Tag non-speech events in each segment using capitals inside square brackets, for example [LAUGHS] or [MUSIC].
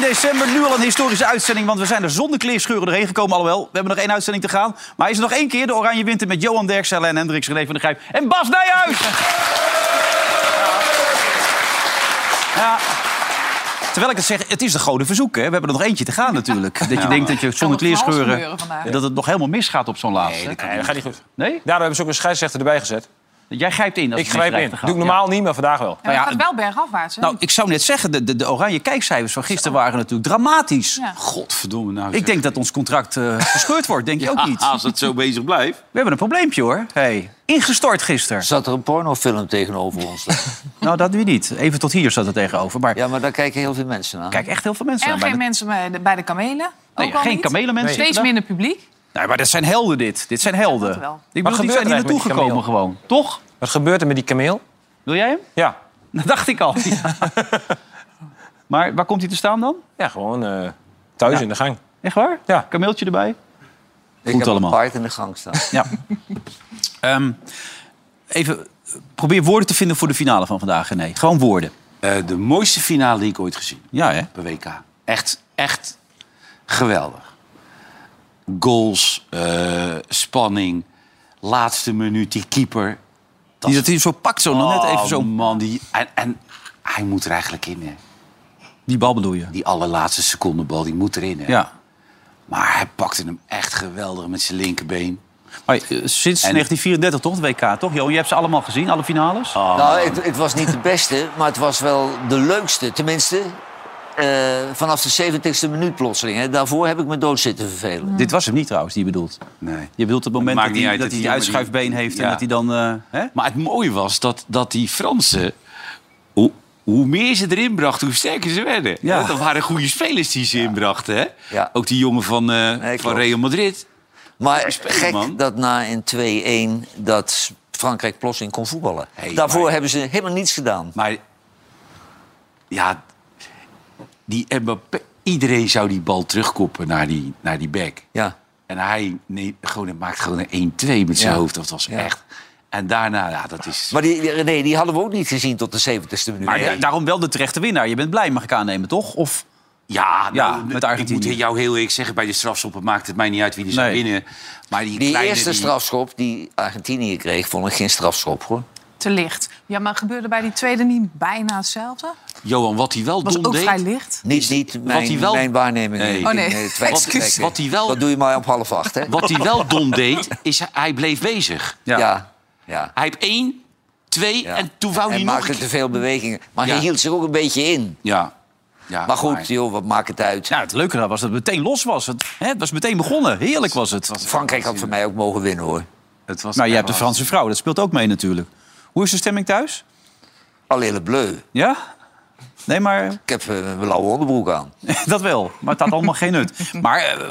december. Nu al een historische uitzending, want we zijn er zonder kleerscheuren doorheen gekomen. Alhoewel, we hebben nog één uitzending te gaan. Maar is er nog één keer de Oranje Winter met Johan Derksen, Alain Hendricks, René van der Grijp en Bas Nijhuis. Ja. Terwijl ik het zeg, het is de gouden verzoek. Hè? We hebben er nog eentje te gaan [LAUGHS] natuurlijk. Dat je denkt dat je zonder nog van alles kleerscheuren... gebeuren vandaag. dat het nog helemaal misgaat op zo'n laatste. Nee, dat gaat niet goed. Nee? Daardoor hebben ze ook een scheidsrechter erbij gezet. Jij grijpt in. Als Ik het grijp in. misdrijft Dat te doe ik gaan. normaal niet, maar vandaag wel. Ja, maar Nou het ja, gaat wel bergafwaarts, hè? Nou, ik zou net zeggen, de, de, de oranje kijkcijfers van gisteren waren natuurlijk dramatisch. Ja. Godverdomme nou. Ah, Ik denk dat ons contract eh, verscheurd wordt, denk je ook niet? Als het zo [LAUGHS] bezig blijft. We hebben een probleempje hoor. Hey, ingestort gisteren. Zat er een pornofilm tegenover [LAUGHS] ons? dan? Nou, dat weer niet. Even tot hier zat het tegenover. Maar ja, maar daar kijken heel veel mensen naar. kijk, echt heel veel mensen en aan geen bij de- mensen bij de, bij de kamelen. Nee, ook al geen niet. kamelenmensen. Steeds Nee. minder publiek. Nee, maar dat zijn helden dit. Dit zijn helden. dat wel. Ik bedoel, die gebeurt zijn er hier eigenlijk naartoe met die gekomen gewoon. Toch? Wat gebeurt er met die kameel? Wil jij hem? Ja, Dat dacht ik al. Ja. [LAUGHS] maar waar komt hij te staan dan? ja gewoon eh, thuis in de gang. Echt waar? Ja. Kameeltje erbij? ik goed heb allemaal. een paard in de gang staan. Ja. Ehm, even eh, probeer woorden te vinden voor de finale van vandaag, René. Gewoon woorden. Eh, de mooiste finale die ik ooit gezien heb. Ja, hè? per WK. Echt, echt geweldig. Goals, eh, spanning, laatste minuut, die keeper. Die dat hij zo pakt, zo nog net even Oh, zo. man, die, en, en hij moet er eigenlijk in, hè. Die bal bedoel je? Die allerlaatste secondenbal, die moet erin, hè. Ja. Maar hij pakte hem echt geweldig met zijn linkerbeen. Hoi, eh, sinds En- 1934 toch, het WK, toch? Jo, je hebt ze allemaal gezien, alle finales? Ah. Nou, het, het was niet de beste, maar het was wel de leukste. Tenminste, eh, vanaf de 70ste minuut plotseling. Hè. Daarvoor heb ik me dood zitten vervelen. Mm. Dit was hem niet trouwens, die je bedoelt. Nee. Je bedoelt het moment Maakt dat niet hij, uit, dat het hij die is jammer, uitschuifbeen die- heeft en ja. dat hij dan... eh, hè? Maar het mooie was dat, dat die Fransen... Hoe, hoe meer ze erin brachten, hoe sterker ze werden. Ja. Dat waren goede spelers die ze inbrachten. Hè? Ja. Ook die jongen van, eh, van klopt. Real Madrid. Maar spelen, gek man. dat na een 2-1 dat Frankrijk plotseling kon voetballen. Hey, Daarvoor maar- hebben ze helemaal niets gedaan. Maar ja, die Mbappé, iedereen zou die bal terugkoppen naar die, naar die back. Ja. En hij neemt, gewoon, hij maakt gewoon een 1-2 met zijn Ja. hoofd. Dat was Ja. echt. En daarna, ja, dat is. Maar die, die- nee, die hadden we ook niet gezien tot de 70ste minuut. Maar hè? da- daarom wel de terechte winnaar. Je bent blij, mag ik aannemen, toch? Of ja, Ja, nou, met ik Argentinië. moet jou heel eerlijk zeggen, bij de strafschoppen maakt het mij niet uit wie er zou Nee. winnen. Maar die, die kleine, eerste die- strafschop die Argentinië kreeg, vond ik geen strafschop hoor. Te licht. Ja, maar gebeurde bij die tweede niet bijna hetzelfde? Johan, wat hij wel Was dom ook deed. vrij licht. Niet, niet mijn, hij wel- mijn waarneming. Nee. in- Oh, nee. in, eh, twijfel Wat- trekken. wat hij wel- Dat doe je maar op half acht, hè? Wat hij wel dom deed, is hij, hij bleef bezig. Ja. Ja. ja. ja. Hij heeft één, twee en toen wou hij nog maakte een keer. te veel bewegingen. Maar Ja. hij hield zich ook een beetje in. Ja. ja. Maar goed, joh, wat maakt het uit? ja, het leuke daar was dat het meteen los was. Het, hè, het was meteen begonnen. Heerlijk was het. Frankrijk had voor mij ook mogen winnen, hoor. Het was Nou, je hebt de was- Franse vrouw, dat speelt ook mee natuurlijk. Hoe is de stemming thuis? Alleen de bleu. Ja? Nee, maar [LAUGHS] Ik heb eh, mijn blauwe onderbroek aan. dat wel. Maar het had allemaal geen nut. Maar eh,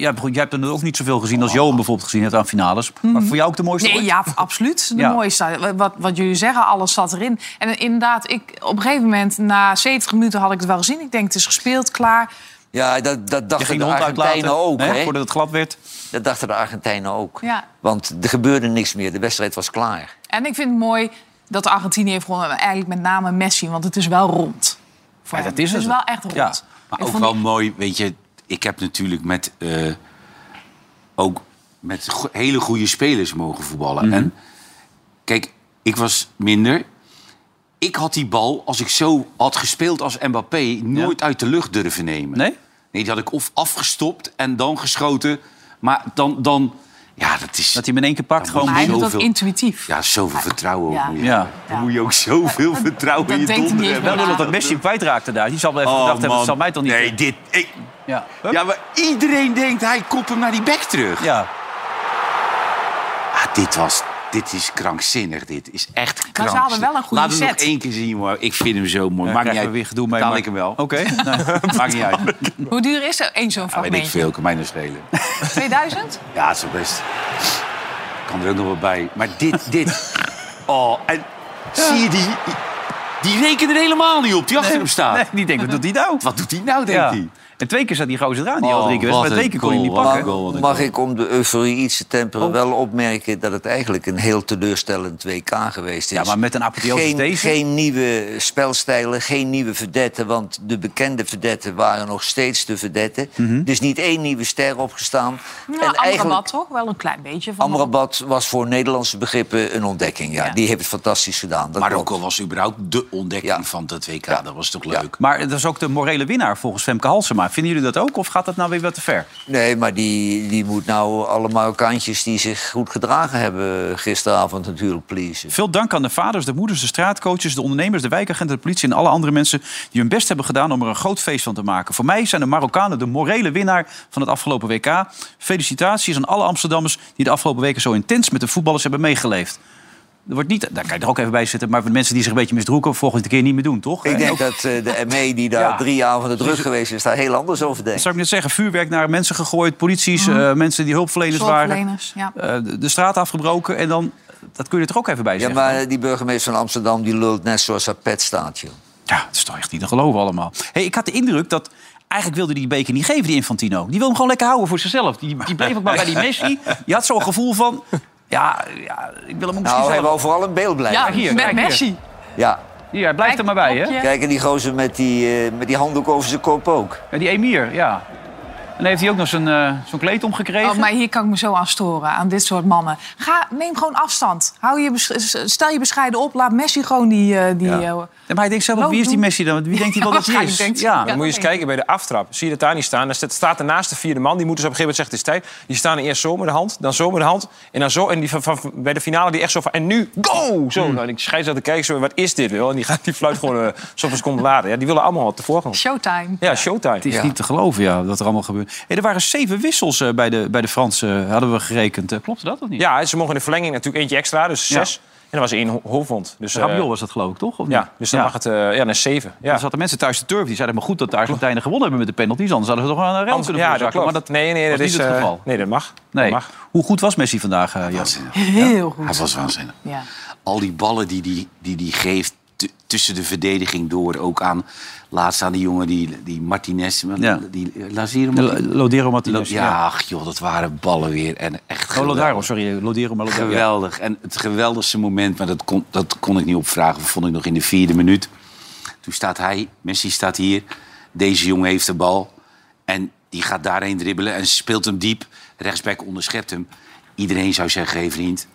ja, goed, jij hebt er ook niet zoveel gezien als Johan bijvoorbeeld gezien hebt aan finales. Maar Hmm. voor jou ook de mooiste Nee, ooit? ja, [LAUGHS] absoluut. De Ja. mooiste. Wat, wat jullie zeggen, alles zat erin. En inderdaad, ik, op een gegeven moment, na 70 minuten had ik het wel gezien. Ik denk, het is gespeeld, klaar. Ja, dat, dat Je dachten ging de de hond uitlaten, Argentijnen ook. hè, Hè? voordat het glad werd. Dat dachten de Argentijnen ook. Ja. Want er gebeurde niks meer. De wedstrijd was klaar. En ik vind het mooi dat de Argentinië heeft gewonnen. En Eigenlijk met name Messi, want het is wel rond. Voor Ja, hem. dat is het is het. wel echt rond. Ja, Maar Ik ook vond wel mooi, weet je, ik heb natuurlijk met, eh, ook met go- hele goede spelers mogen voetballen. Mhm. En kijk, ik was minder. Ik had die bal, als ik zo had gespeeld als Mbappé, nooit uit de lucht durven nemen. Nee? Nee, die had ik of afgestopt en dan geschoten. Maar dan, dan ja, dat is... Dat hij hem in één keer pakt. Ja, Gewoon, Maar hij doet dat Zoveel. intuïtief. Ja, zoveel vertrouwen. Ja. Moet je, Ja. Dan moet je ook [LAUGHS] zoveel vertrouwen in je denkt hij niet donder eens hebben. wel lullig dat Messi hem kwijtraakte daar. Die zal wel even Oh, gedacht hebben, man. dat zal mij toch niet... Nee, dit... Ik, Ja. Hup. ja, maar iedereen denkt, hij kopt hem naar die bek terug. ja. Ah, dit was... Dit is krankzinnig, dit is echt krankzinnig. hadden wel een goede Laat hem set. nog één keer zien, hoor. Ik vind hem zo mooi. Ja, Maakt krijgen niet we uit. weer gedoe mee. Betaal maar- ik hem wel. Oké. nou, [LAUGHS] Maakt niet [LAUGHS] uit. Hoe duur is er één zo'n Ja, weet ik fragmentje? veel, kan mij nou schelen. 2000? Ja, zo best. Kan er ook nog wel bij. Maar dit, dit... Oh, en zie je die... Die rekende er helemaal niet op, die achter hem staat. Nee, die denkt, wat doet hij nou? Wat doet hij nou, denkt Ja. hij? En twee keer zat die gozer eraan, die Oh, al drie keer. wat Maar twee een keer kon je hem niet goal, wat pakken. een goal, wat een Mag goal. ik om de euforie iets te temperen Oh. wel opmerken dat het eigenlijk een heel teleurstellend WK geweest is? Ja, maar met een apotheose geen, deze. Geen nieuwe spelstijlen, geen nieuwe verdetten, want de bekende verdetten waren nog steeds de verdetten. Mhm. Dus niet één nieuwe ster opgestaan. Nou, Amrabat toch? Wel een klein beetje van Amrabat was voor Nederlandse begrippen een ontdekking. Ja, Ja. Die heeft het fantastisch gedaan. Dat Maar klopt. ook was überhaupt de ontdekking Ja. van dat WK. Dat was toch Ja. leuk? Maar dat is ook de morele winnaar volgens Femke Halsema. Vinden jullie dat ook? Of gaat dat nou weer wat te ver? Nee, maar die, die moet nou alle Marokkaantjes die zich goed gedragen hebben gisteravond natuurlijk pleasen. Veel dank aan de vaders, de moeders, de straatcoaches, de ondernemers, de wijkagenten, de politie en alle andere mensen die hun best hebben gedaan om er een groot feest van te maken. Voor mij zijn de Marokkanen de morele winnaar van het afgelopen WK. Felicitaties aan alle Amsterdammers die de afgelopen weken zo intens met de voetballers hebben meegeleefd. Er wordt niet, daar kan je er ook even bij zitten, maar voor de mensen die zich een beetje misdroeken, volgende keer niet meer doen, toch? Ik En denk ook- dat eh, de ME die daar [LAUGHS] Ja. drie avonden druk geweest is, daar heel anders over Dat denkt. zou ik net zeggen, vuurwerk naar mensen gegooid, polities, Mhm. eh, mensen die hulpverleners waren, Zorgverleners, ja. eh, de- de straat afgebroken en dan, dat kun je er toch ook even bij Ja, zeggen. maar die burgemeester van Amsterdam die lult net zoals haar pet staat, joh. Ja, het is toch echt niet te geloven allemaal. Hey, ik had de indruk dat... Eigenlijk wilde hij die beker niet geven, die Infantino. Die wil hem gewoon lekker houden voor zichzelf. Die, die bleef ook maar bij die Messi. Die had zo'n gevoel van... Ja, ja, ik wil hem ook misschien Nou, hij zelf. wou vooral in beeld blijven. Ja, Ja. hier, met kijk hier. Messi. Hier, hij blijft er maar bij, hè? Kopje. Kijk, en die gozer met die, eh, met die handdoek over zijn kop ook. Ja, die emir, ja. En dan heeft hij ook nog zijn, eh, zo'n kleed omgekregen. Oh, maar hier kan ik me zo aan storen, aan dit soort mannen. Ga, neem gewoon afstand. Hou je, bes- stel je bescheiden op, laat Messi gewoon die... eh, die eh, Ja, maar hij denkt zelf, Loop wie is die doen. Messi dan? Want Wie denkt [LAUGHS] hij wel dat hij is? Waarschijnlijk denkt hij, ja. ja. Dan moet je eens dat kijken bij de aftrap. Zie je dat daar niet staan? Dan staat- staat er naast de vierde man. Die moet dus op een gegeven moment zeggen, het is tijd. Die staan er eerst zo met de hand, dan zo met de hand. En dan zo. En die van, van- van- bij de finale die echt zo van, en nu, go! Hmm. Zo, nou, en ik schijt dat te kijken, zo, wat is dit? Wel? En die, gaat, die fluit gewoon eh, zo van seconden later. Ja, die willen allemaal wat te voorgrond. showtime. Ja, showtime. Het is Ja. niet te geloven, ja, wat er allemaal gebeurt. Hey, er waren zeven wissels eh, bij, de, bij de Fransen, hadden we gerekend. Eh, Klopte dat of niet? Ja, ze mogen in de verlenging natuurlijk eentje extra, dus Ja. zes. En er was één ho- hoofdwond. Dus, eh, Rabiot was dat geloof ik, toch? Of niet? ja, dus dan Ja. mag het eh, ja, naar zeven. Ja. Er zaten mensen thuis te turf. Die zeiden maar goed dat de Argentijnen gewonnen hebben met de penalties. Anders hadden ze toch wel een rem Anders- kunnen ja, dat veroorzaken. klopt. Maar dat nee, nee, was dat niet is, het eh, geval. nee, dat mag. Nee. Dat mag. Hoe goed was Messi vandaag, eh, Jan? Waanzinnig. Heel Hij goed. was waanzinnig. Ja. Al die ballen die die, die, die geeft t- tussen de verdediging door. Ook aan, laatst aan die jongen, die, die Martinez. Ja. Die, eh, Lazio L- Martinez. Lodero Martinez. Ja, ach joh, dat waren ballen weer. En echt Oh, geweldig. Lodaro, sorry. Lodero maar Lodaro. Ja. Geweldig. En het geweldigste moment, maar dat kon, dat kon ik niet opvragen. Dat vond ik nog in de vierde minuut. Toen staat hij, Messi staat hier. Deze jongen heeft de bal. En die gaat daarheen dribbelen en speelt hem diep. Rechtsback onderschept hem. Iedereen zou zeggen, hey vriend.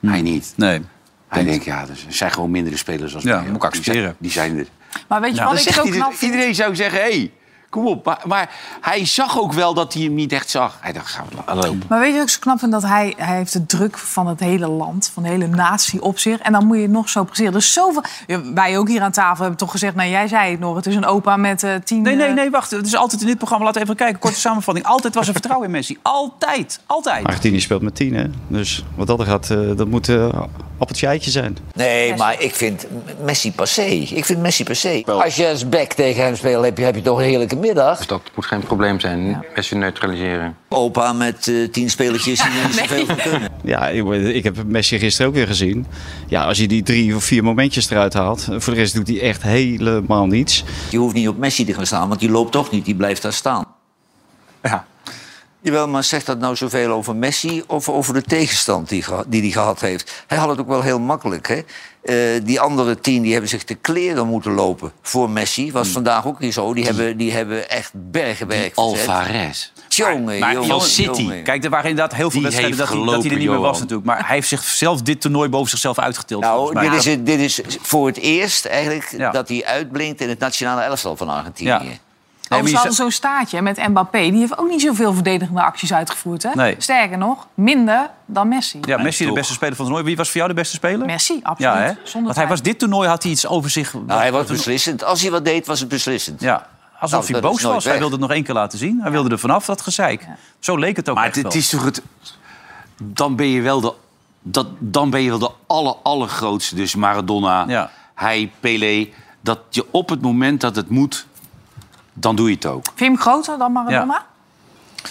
Hm. Hij niet. Nee. Hij denkt, ja, dus er zijn gewoon mindere spelers als Ja, mij. moet ik Die accepteren. zijn- Die zijn er. Maar weet je Dan wat ik Nou, zegt dus- zo ieder- knap vind? iedereen zou zeggen, hé, hey, kom op. Maar, maar hij zag ook wel dat hij hem niet echt zag. Hij dacht, gaan we lopen. Maar weet je wat ik zo knap vind? Dat hij, hij heeft de druk van het hele land, van de hele natie op zich. En dan moet je het nog zo presteren. Dus zoveel... Ja, wij ook hier aan tafel hebben toch gezegd... Nou, jij zei het nog, het is een opa met eh, tien... Nee, nee, eh, nee, wacht. Het is altijd in dit programma. Laten we even kijken. Korte samenvatting. Altijd was er vertrouwen in Messi. Altijd. Altijd. Argentinië speelt met 10, hè? Dus wat dat er gaat, eh, dat moet eh appeltje eitje zijn. Nee, maar ik vind Messi passé. Ik vind Messi passé. Als je als back tegen hem speelt, heb je, heb je toch een heerlijke middag. Dus dat moet geen probleem zijn. Messi neutraliseren. Opa met eh, tien spelletjes die [LAUGHS] niet zoveel van kunnen. Ja, ik, ik heb Messi gisteren ook weer gezien. Ja, als je die drie of vier momentjes eruit haalt, eh, voor de rest doet hij echt helemaal niets. Je hoeft niet op Messi te gaan staan, want die loopt toch niet. Die blijft daar staan. Ja. Jawel, maar zegt dat nou zoveel over Messi of over de tegenstand die geha- die hij gehad heeft? Hij had het ook wel heel makkelijk. Hè? Eh, die andere tien die hebben zich te kleren moeten lopen voor Messi. Was vandaag ook niet zo. Die, hebben, die hebben echt bergenwerk verzet. Alvarez. Jongen, Maar jongen, van City, jongen. Kijk, er waren inderdaad heel veel Die wedstrijden dat, heeft hij- dat hij er niet meer gelopen, was natuurlijk. Maar hij heeft zichzelf dit toernooi boven zichzelf uitgetild. volgens Nou, mij. dit is, het- dit is voor het eerst eigenlijk Ja. dat hij uitblinkt in het nationale elftal van Argentinië. Ja. Nee, Oh, maar ze je hadden zei- zo'n staartje met Mbappé. Die heeft ook niet zoveel verdedigende acties uitgevoerd. Hè? Nee. Sterker nog, minder dan Messi. Ja, Messi de toch. beste speler van het toernooi. Wie was voor jou de beste speler? Messi, absoluut. Ja, hè? Zonder Want hij was twijfel. dit toernooi had hij iets over zich. Nou, hij was beslissend. Als hij wat deed, was het beslissend. Ja, alsof Nou, hij dat is boos nooit was. Hij weg. wilde het nog één keer laten zien. Hij wilde er vanaf, dat gezeik. Zo leek het ook Maar echt het, het wel. is toch het... Dan ben je wel de, dat, dan ben je wel de aller, allergrootste. Dus Maradona, Ja. hij, Pelé. Dat je op het moment dat het moet, dan doe je het ook. Vind je hem groter dan Maradona? Ja.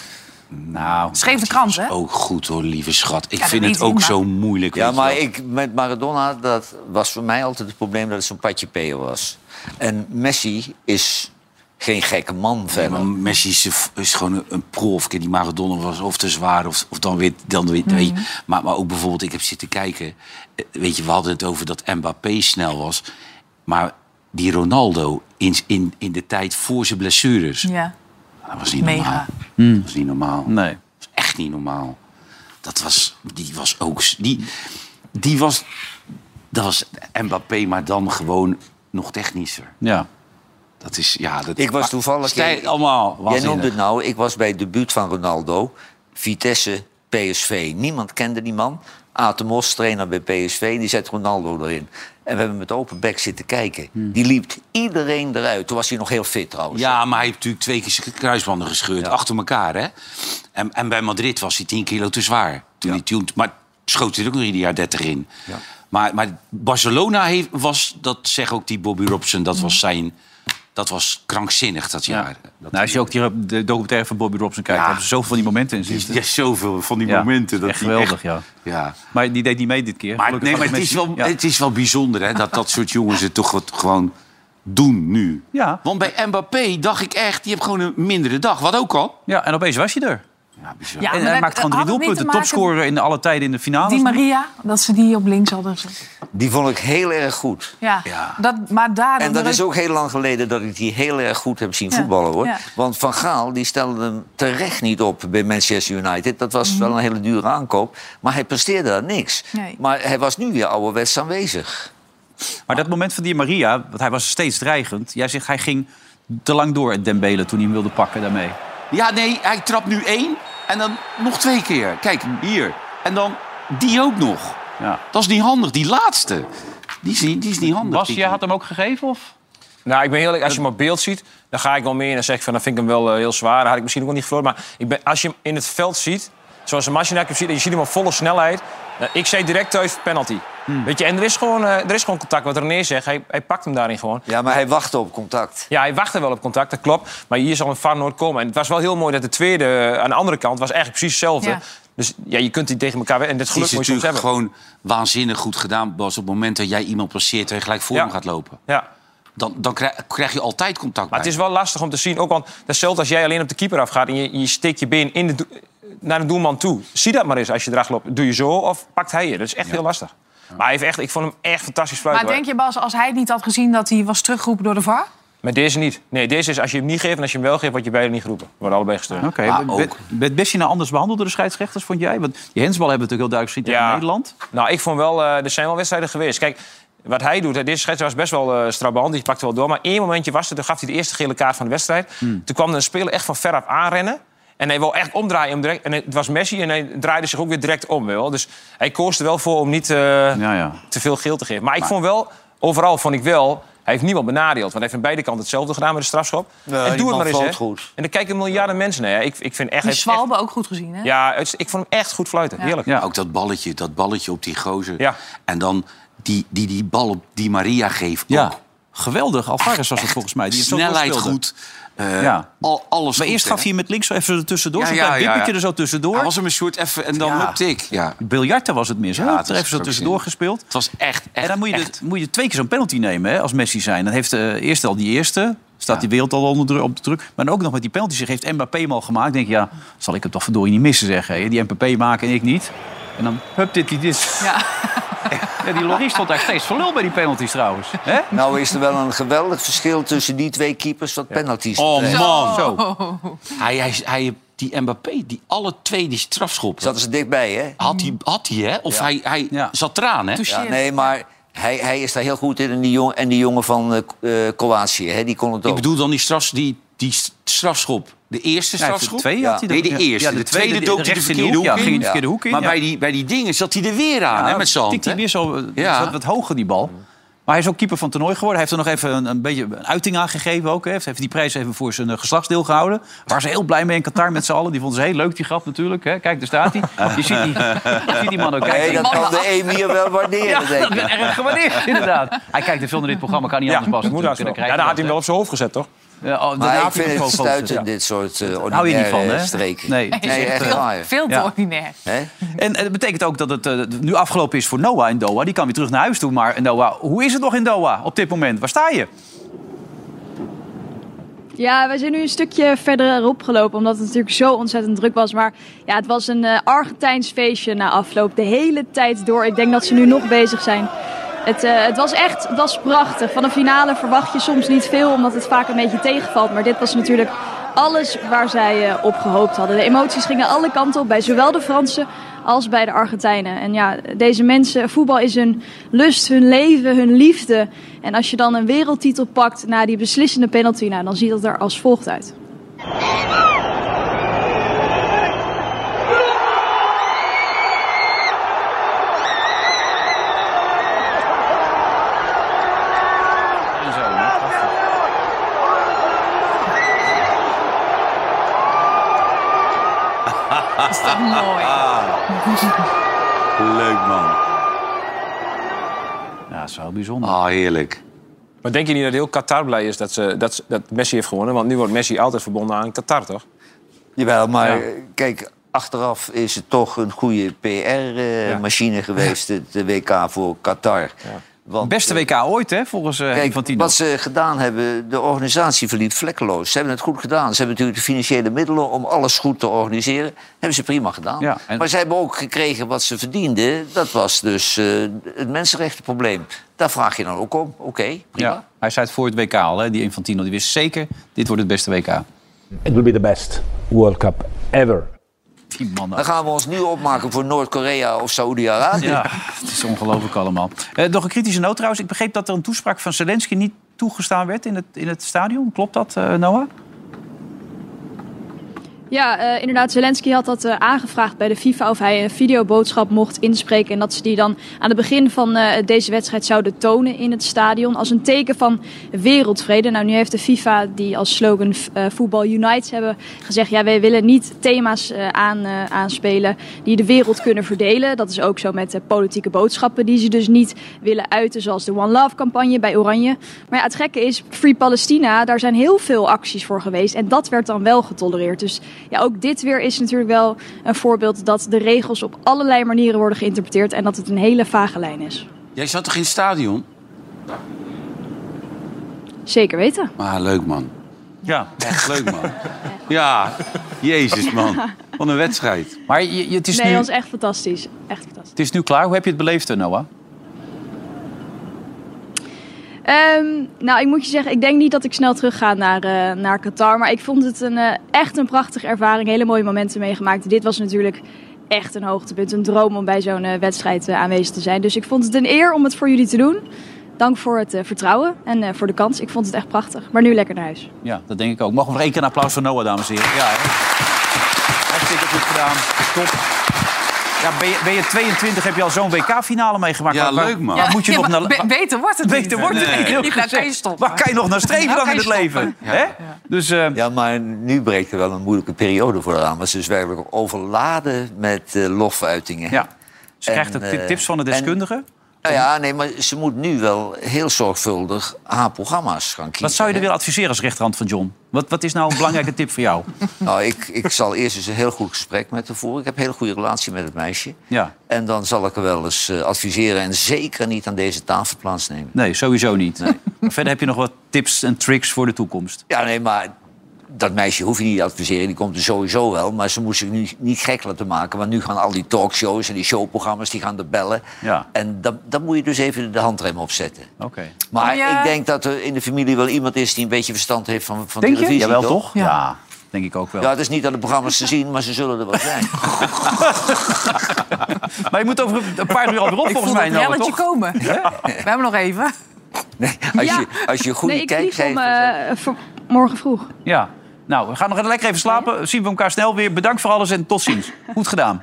Nou, Schreef de krant, hè? Ook goed hoor, lieve schat. Ik dat vind weet het ik, ook maar- zo moeilijk. Ja, weet je maar wel. ik, met Maradona dat was voor mij altijd het probleem dat het zo'n patje peer was. En Messi is geen gekke man verder. Maar Messi is, een f- is gewoon een- een prof. Kijk, Die Maradona was of te zwaar of, of dan weer... Dan weer Mhm. weet je. Maar, maar ook bijvoorbeeld, ik heb zitten kijken... eh, Weet je, we hadden het over dat Mbappé snel was. Maar die Ronaldo in, in, in de tijd voor zijn blessures... Ja. Dat was niet Mega. normaal. Dat was niet normaal. Nee. Dat was echt niet normaal. Dat was... Die was ook... s- Die, die was... Dat was Mbappé, maar dan gewoon nog technischer. Ja. Dat is... Ja, dat... Ik was toevallig- Stijl, allemaal Jij waanzinnig. noemde het nou, ik was bij het debuut van Ronaldo. Vitesse, PSV. Niemand kende die man. Aad de Mos, trainer bij PSV, die zet Ronaldo erin. En we hebben met open bek zitten kijken. Die liep iedereen eruit. Toen was hij nog heel fit trouwens. Hmm. Ja, maar hij heeft natuurlijk twee keer zijn kruisbanden gescheurd. Achter elkaar, hè? En, en bij Madrid was hij 10 kilo te zwaar. Toen hij tuned, maar schoot hij er ook nog in de jaar 30 in. Maar, maar Barcelona heeft, was, dat zegt ook die Bobby Robson, dat was zijn... Dat was krankzinnig, dat Mhm. ja. jaar. Dat nou, als je ook die de documentaire van Bobby Robson kijkt, Ja. hebben ze zoveel van die momenten in zitten. [LAUGHS] ja, zoveel van die Ja. momenten. Dat Echt die geweldig, ja. ja. Maar die deed niet mee dit keer. Maar, Gelukkig nee, maar had het, is wel, mensen- het is wel bijzonder hè, dat dat soort jongens het toch wat gewoon doen nu. Ja. Want bij Mbappé dacht ik echt, die heeft gewoon een mindere dag. Wat ook al. ja. ja, en opeens was je er. Ja, bizar. Ja, en maar hij dat- maakt gewoon had drie het niet te doelpunten. maken- Topscorer in alle tijden in de finale. Die Maria, dat ze die op links hadden. gezet. Die vond ik heel erg goed. Ja. Ja. Dat, maar daar En dat er- is ook heel lang geleden dat ik die heel erg goed heb zien Ja. voetballen hoor. Ja. Want Van Gaal die stelde hem terecht niet op bij Manchester United. Dat was wel een hele dure aankoop. Maar hij presteerde daar niks. Mhm. Nee. Maar hij was nu weer ouderwets aanwezig. Maar dat moment van die Maria, want hij was steeds dreigend. Jij zegt, hij ging te lang door het Dembele toen hij hem wilde pakken daarmee. Ja, nee, hij trapt nu één en dan nog twee keer. Kijk, hier. En dan die ook nog. Ja. Dat is niet handig, die laatste. Die is niet, die is niet handig. Bas, die- jij had hem ook gegeven? Of? Nou, ik ben heel eerlijk, als je maar beeld ziet, dan ga ik wel mee. En dan zeg ik van, dan vind ik hem wel eh, heel zwaar. Dan had ik misschien ook wel niet verloren. Maar ik ben, als je hem in het veld ziet, zoals een machine ziet, en je ziet hem op volle snelheid. nou, ik zei direct thuis penalty. Weet je, en er is, gewoon, eh, er is gewoon contact. Wat René zegt, hij, hij pakt hem daarin gewoon. Ja, maar hij wachtte op contact. Ja, hij wachtte wel op contact, dat klopt. Maar hier zal een VAR nooit komen. En het was wel heel mooi dat de tweede eh, aan de andere kant was eigenlijk precies hetzelfde. Ja. Dus ja, je kunt die tegen elkaar... we- En dat Het geluk is moet je soms natuurlijk hebben. gewoon waanzinnig goed gedaan, Bas. Op het moment dat jij iemand passeert en gelijk voor Ja. hem gaat lopen. Ja. Dan, dan krijg, krijg je altijd contact Maar het bij is wel lastig om te zien. Ook want dat is hetzelfde als jij alleen op de keeper afgaat en je, je steekt je been in de doe- naar de doelman toe. Zie dat maar eens als je erachter loopt. Doe je zo of pakt hij je? Dat is echt heel lastig. Maar hij heeft echt, ik vond hem echt fantastisch fluiten. Maar denk je, Bas, als hij het niet had gezien dat hij was teruggeroepen door de VAR? Met deze niet. Nee, deze is als je hem niet geeft en als je hem wel geeft, word je beide niet geroepen. Worden allebei gestuurd. Oké, Maar werd ook- werd Bessie nou anders behandeld door de scheidsrechters, vond jij? Want die hensbal hebben we natuurlijk heel duidelijk gezien tegen Ja. Nederland. Nou, ik vond wel, eh, er zijn wel wedstrijden geweest. Kijk, wat hij doet, hè, deze scheidsrechter was best wel eh strabant. Die pakte wel door. Maar één momentje was er, toen gaf hij de eerste gele kaart van de wedstrijd. Toen kwam er een speler echt van veraf aanrennen. En hij wou echt omdraaien. om direct- en het was Messi en hij draaide zich ook weer direct om. Wel. Dus hij koos er wel voor om niet eh, Ja, ja. te veel geel te geven. Maar ik vond wel, overal vond ik wel... Hij heeft niemand benadeeld, want hij heeft aan beide kanten hetzelfde gedaan met de strafschop. en die doe het man maar eens, floot hè. goed. En dan kijken miljarden mensen naar. Ja, ik, ik vind echt... Die hij heeft Schwalbe Dus ook goed gezien, hè? echt- ja, het is- ik vond hem echt goed fluiten. Heerlijk. Ja. Ook dat balletje, dat balletje op die gozer. Ja. En dan die, die, die bal op die Maria geeft. Ja, Ook. geweldig. Alvarez was het volgens mij. Die hem zo Snelheid voorspeelde. goed. eh, Ja. al, alles Maar goed, eerst hè? gaf hij met links zo even er tussendoor. Ja, Zo'n ja, klein ja, ja. wippertje er zo Hij tussendoor. was hem een soort even en dan Ja. loopt ik. Ja. Biljarten was het mis. hè? Ja, er even zo krankzinnig. tussendoor gespeeld. Het was echt, en echt dan moet je, echt. de- moet je twee keer zo'n penalty nemen hè, als Messi zijn. Dan heeft eh, eerst al die eerste, staat die wereld al onder druk, op de druk. Maar dan ook nog met die penalty. Zich heeft Mbappé hem al gemaakt. denk je, ja, zal ik hem toch verdorie niet missen zeggen. Hè? Die Mbappé maken en ik niet. En dan, hup, dit, dit, dit. Ja. [LAUGHS] Ja, die Loris stond daar steeds voor lul bij die penalties trouwens. hè? Nou is er wel een geweldig verschil tussen die twee keepers wat penalties Oh betreft. man. Zo. Hij, hij, hij, die Mbappé, die alle twee die strafschoppen. Zaten ze dichtbij, hè? Had hij, had hij, hè? Of hij, hij Ja. zat eraan, hè? Ja, nee, maar hij, hij is daar heel goed in. En die jongen, en die jongen van eh, K- eh, Kroatië, hè, die kon het ook. Ik bedoel dan die, straf, die, die s- strafschop. De eerste Ja, hij heeft strafschop? er twee had hij er- Nee, de ja. eerste. Ja, de, tweede, dook hij de rechts in verkeerde hoek, Ja, ging in. de verkeerde hoek in. Maar ja. bij, die, bij die dingen zat hij er weer aan, Ah, hè? Ah, Met z'n hand, tikt hij hè? weer zo eh, Ja. wat, wat hoger die bal. Maar hij is ook keeper van het toernooi geworden. Hij heeft er nog even een, een beetje een uiting aan gegeven ook. Hè. Heeft heeft die prijs even voor zijn eh, geslachtsdeel gehouden. Waar ze heel blij mee in Qatar met z'n allen. Die vonden ze heel leuk, die grap natuurlijk. Hè. Kijk, daar staat hij. Je ziet die, je ziet die man ook Nee, kijken. dat kan [LAUGHS] de Emir wel waarderen, denk ik. Ja, erg gewaardeerd, inderdaad. Hij kijkt er veel naar dit programma, kan niet Ja, anders passen. moet dat wel. Ja, daar had hij hem wel op zijn hoofd gezet, toch? Maar ik vind het stuitend, dit soort eh Hou je ordinaire niet van, hè? streken. Nee. Nee, echt eh, Veel, waar. veel te Ja. ordinair. hè? En eh, dat betekent ook dat het eh, nu afgelopen is voor Noah in Doha. Die kan weer terug naar huis toe. Maar Noah, hoe is het nog in Doha op dit moment? Waar sta je? Ja, wij zijn nu een stukje verder opgelopen, omdat het natuurlijk zo ontzettend druk was. Maar ja, het was een eh, Argentijns feestje na afloop, de hele tijd door. Ik denk dat ze nu nog bezig zijn. Het, eh, het was echt het was prachtig. Van een finale verwacht je soms niet veel, omdat het vaak een beetje tegenvalt. Maar dit was natuurlijk alles waar zij eh, op gehoopt hadden. De emoties gingen alle kanten op, bij zowel de Fransen als bij de Argentijnen. En ja, deze mensen, voetbal is hun lust, hun leven, hun liefde. En als je dan een wereldtitel pakt na die beslissende penalty, nou, dan ziet dat er als volgt uit. Ah. Is dat mooi? Leuk man. Ja, dat is wel bijzonder. Ah, heerlijk. Maar denk je niet dat heel Qatar blij is dat, ze, dat, ze- dat Messi heeft gewonnen? Want nu wordt Messi altijd verbonden aan Qatar, toch? Jawel, maar Ja. eh, kijk, achteraf is het toch een goede PR-machine geweest, het eh, WK voor Qatar. Want, Beste eh, WK ooit, hè, volgens eh Kijk, Infantino. wat ze gedaan hebben, de organisatie verliep vlekkeloos. Ze hebben het goed gedaan. Ze hebben natuurlijk de financiële middelen om alles goed te organiseren. Hebben ze prima gedaan. Ja, en- Maar ze hebben ook gekregen wat ze verdienden. Dat was dus eh, het mensenrechtenprobleem. Daar vraag je dan ook om. Oké, prima. ja. Hij zei het voor het WK al, hè, die Infantino. Die wist zeker, dit wordt het beste WK. It will be the best World Cup ever. Die man Dan gaan we ons nu opmaken voor Noord-Korea of Saoedi-Arabië. Ja, het is ongelooflijk allemaal. Eh, nog een kritische noot trouwens. Ik begreep dat er een toespraak van Zelensky niet toegestaan werd in het, in het stadion. Klopt dat, eh, Noah? Ja, eh, inderdaad. Zelensky had dat eh, aangevraagd bij de FIFA of hij een videoboodschap mocht inspreken. En dat ze die dan aan het begin van eh, deze wedstrijd zouden tonen in het stadion. Als een teken van wereldvrede. Nou, nu heeft de FIFA, die als slogan eh, Voetbal Unites hebben gezegd. Ja, wij willen niet thema's eh, aan, eh, aanspelen die de wereld kunnen verdelen. Dat is ook zo met eh, politieke boodschappen die ze dus niet willen uiten. Zoals de One Love campagne bij Oranje. Maar ja, het gekke is, Free Palestina, daar zijn heel veel acties voor geweest. En dat werd dan wel getolereerd. Dus ja, ook dit weer is natuurlijk wel een voorbeeld dat de regels op allerlei manieren worden geïnterpreteerd. En dat het een hele vage lijn is. Jij zat toch in het stadion? Zeker weten. Ah, leuk man. Ja. Echt leuk man. Ja, jezus man. Wat een wedstrijd. Maar je, je- het, is Nee, nu, was echt fantastisch. Echt fantastisch. het is nu klaar. Hoe heb je het beleefd, eh, Noah? Ehm, nou, ik moet je zeggen, ik denk niet dat ik snel terug ga naar, eh, naar Qatar. Maar ik vond het een, eh, echt een prachtige ervaring. Hele mooie momenten meegemaakt. Dit was natuurlijk echt een hoogtepunt. Een droom om bij zo'n eh, wedstrijd eh, aanwezig te zijn. Dus ik vond het een eer om het voor jullie te doen. Dank voor het eh, vertrouwen en eh, voor de kans. Ik vond het echt prachtig. Maar nu lekker naar huis. Ja, dat denk ik ook. Mogen we nog één keer een applaus voor Noah, dames en heren? Ja, hè? Hartstikke goed gedaan. Top. Ja, ben, je, ben je 22, heb je al zo'n WK-finale meegemaakt. Ja, Waar- waar- leuk, man. waar moet je Ja, nog maar naar... be- waar- beter wordt het Beter wordt het Nee. niet. heel Daar kan je gezegd. stoppen. Waar kan je nog naar streven Daar dan kan in je het leven? Hè? Dus eh, Ja, maar nu breekt er wel een moeilijke periode voor aan. Want ze is werkelijk overladen met eh, lofuitingen. ja, ze En, krijgt ook eh, tips van de en- deskundigen. Nou ja, nee, maar ze moet nu wel heel zorgvuldig haar programma's gaan kiezen. Wat zou je er hè. willen adviseren als rechterhand van John? Wat, wat is nou een belangrijke tip voor jou? Nou, ik, ik zal eerst eens een heel goed gesprek met haar voeren. Ik heb een hele goede relatie met het meisje. Ja, En dan zal ik haar wel eens eh, adviseren en zeker niet aan deze tafel plaatsnemen. nee, sowieso niet. Maar verder heb je nog wat tips en tricks voor de toekomst. Ja, nee, maar dat meisje hoef je niet te adviseren. Die komt er sowieso wel. Maar ze moest zich nu niet gek laten maken. Want nu gaan al die talkshows en die showprogramma's, die gaan er bellen. Ja. En dan, dan moet je dus even de handrem opzetten. Oké. Maar Ja. ik denk dat er in de familie wel iemand is die een beetje verstand heeft van, van Denk je? televisie. Jawel, toch? Ja. Ja, denk ik ook wel. Ja, het is niet aan de programma's te zien, maar ze zullen er wel [LAUGHS] zijn. Maar je moet over een paar uur alweer [LAUGHS] op, Ik voel volgens mij. het Noah, relletje toch? komen. We hebben nog even. Nee, als, Ja. je, als je goed nee, ik kijkt... vlieg om eh, voor- morgen vroeg. Ja. Nou, we gaan nog lekker even slapen. Zien we elkaar snel weer. Bedankt voor alles en tot ziens. Goed gedaan.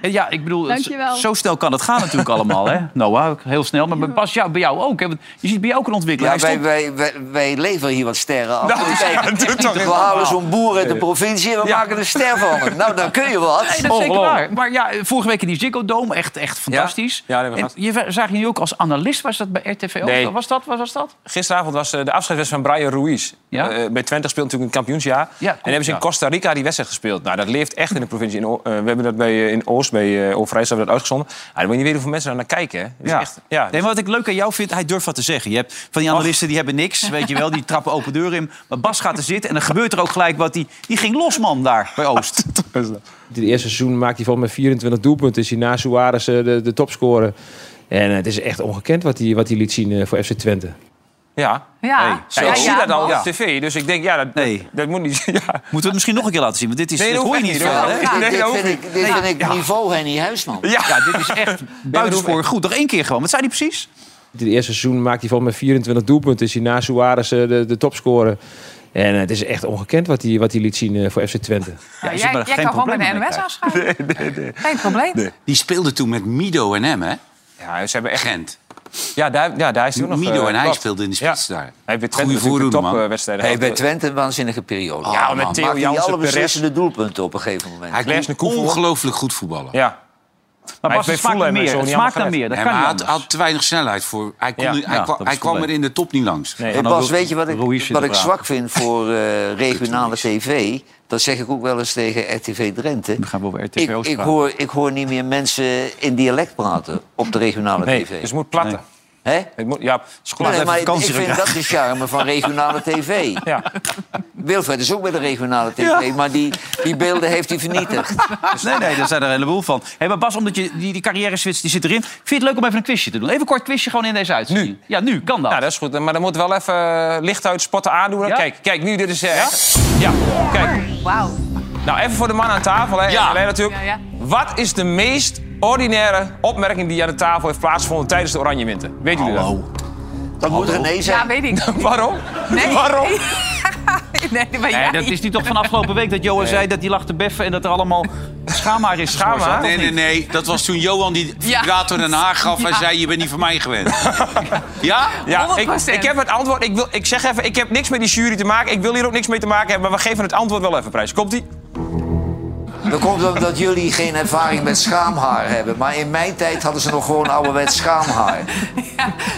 En Ja, ik bedoel, het- Dankjewel. zo snel kan het gaan [LAUGHS] natuurlijk allemaal, hè? Noah, ook heel snel. Maar bij Bas, ja, bij jou ook. Hè? Want je ziet bij jou ook een ontwikkeling. ja, Hij wij, stond- wij, wij, wij leveren hier wat sterren af. [LAUGHS] Nou, Kijk, ja, dat doet toch we helemaal. halen zo'n boer uit de provincie en we maken een ster van hem. Nou, dan kun je wat. Nee, dat is zeker Ongelooflijk. waar. Maar ja, vorige week in die Ziggo Dome, echt, echt fantastisch. Ja, dat hebben we en je wa- zag je nu ook als analist, was dat bij RTV ook? Nee. zo? Was dat, was, was dat? Gisteravond was eh, de afscheidswedstrijd van Brian Ruiz. Ja. Eh, bij Twente speelt natuurlijk een kampioensjaar. Ja, en hebben ze in ja. Costa Rica die wedstrijd gespeeld. Nou, dat leeft echt in de provincie. In O- eh, we hebben dat bij, eh, in Oost, bij eh, Overijssel hebben we dat uitgezonden. Ah, dan moet je niet weten hoeveel mensen daar naar kijken. Hè. Dat is Ja. echt, ja, Dus dus- nee, maar wat ik leuk aan jou vind, hij durft wat te zeggen. Je hebt van die analisten die hebben niks, weet je wel, die trappen open deur in. Maar Bas gaat er zitten en dan gebeurt er ook gelijk wat. Die, die ging los, man, daar bij Oost. Het eerste seizoen maakt hij volgens mij 24 doelpunten. Is hij na Suarez eh, de, de topscorer. En eh, het is echt ongekend wat hij, wat hij liet zien eh, voor FC Twente. Ja. Ja. Ah, Hey. Ja, Ja, ik ja, zie dat al man. op tv, dus ik denk, ja, dat, Nee. dat, dat moet niet. [LAUGHS] Ja. Moeten we het misschien nog een keer laten zien, want dit, is, Nee, dit dat hoor je hoeft niet echt veel. niet, hoor. hè? Nee, dit dat hoeft vind ik, dit vind ik niveau Henny Huisman. Ja, dit [LAUGHS] is echt buitensporig goed. Nog één keer gewoon. Wat zei die precies? Het eerste seizoen maakt hij volgens mij 24 doelpunten. Is hij na Suarez eh, de, de topscorer. En eh, het is echt ongekend wat hij, wat hij liet zien eh, voor FC Twente. Ja, Dus is jij maar jij geen kan gewoon bij probleem de mee NOS aanschuiven. Geen probleem. Die speelde toen met Mido en hem, hè? Ja, ze hebben echt. Gent. Ja, daar, ja, daar is hij ook nog. Mido eh, en hij klopt. speelde in de Ja. spits daar. Hij heeft Goeie Goeie voorroede, voorroede, man. topwedstrijden. Hey, bij gehad. Twente een waanzinnige periode. Ja, met Theo maakt hij Jansen, alle Perez. beslissende doelpunten op een gegeven moment. Hij Les de kon Koevoel. ongelooflijk goed voetballen. Ja. Maar Hij Bas, heeft bij het smaakt naar Fulham en meer. zo Het niet smaakt naar allemaal meer. Dat Nee, kan maar niet hij had, anders. had te weinig snelheid voor. Hij, kon, Ja, nu- hij, ja, kwam, dat is hij het kwam er probleem. in de top niet langs. Nee. Hey, dan Bas, wil- weet je wat ik, Ruiz wat ik inderdaad. zwak vind voor eh, regionale tv? Dat zeg ik ook wel eens tegen RTV Drenthe. We gaan wel over RTV Ik, Oost ik, praten. hoor, ik hoor niet meer mensen in dialect praten op de regionale Nee, tv. dus het moet platten. Hè? Het moet, ja, Laat Nee, even maar ik vakantie vind gaan. dat de charme van regionale tv. Ja. Wilfred is ook bij de regionale tv, maar die, die beelden heeft hij vernietigd. Nee, nee, daar zijn er een heleboel van. Hey, maar Bas, omdat je die, die carrière-switch die zit erin. Vind je het leuk om even een quizje te doen? Even een kort quizje gewoon in deze uitzending. Nu? Ja, nu kan dat. ja, dat is goed. Maar dan moet wel even eh, licht uit spotten aandoen. Ja? Kijk, kijk, nu dit is... eh, ja? kijk. Wauw. Nou, even voor de man aan tafel. Hè. Ja. En Alleen natuurlijk. Ja, ja. Wat is de meest ordinaire opmerking die aan de tafel heeft plaatsgevonden tijdens de Oranje Winter? Weet jullie dat? Dat moet René Ja, zijn. weet [LAUGHS] ik. Waarom? Nee. [LAUGHS] Waarom? nee, maar Nee, jij- dat is niet toch van afgelopen week dat Johan zei dat hij lag te beffen en dat er allemaal schaamhaar is. Schaamhaar? voor zat, of Nee, nee, niet? nee. Dat was toen Johan die Ja. vibrator Den Haag gaf en Ja. zei: Je bent niet van mij gewend. ja? Ja, ik, 100%. ik heb het antwoord. Ik, wil, ik zeg even, ik heb niks met die jury te maken. Ik wil hier ook niks mee te maken hebben. Maar we geven het antwoord wel even prijs. Komt-ie? Dat komt omdat jullie geen ervaring met schaamhaar hebben. Maar in mijn tijd hadden ze nog gewoon ouderwets schaamhaar.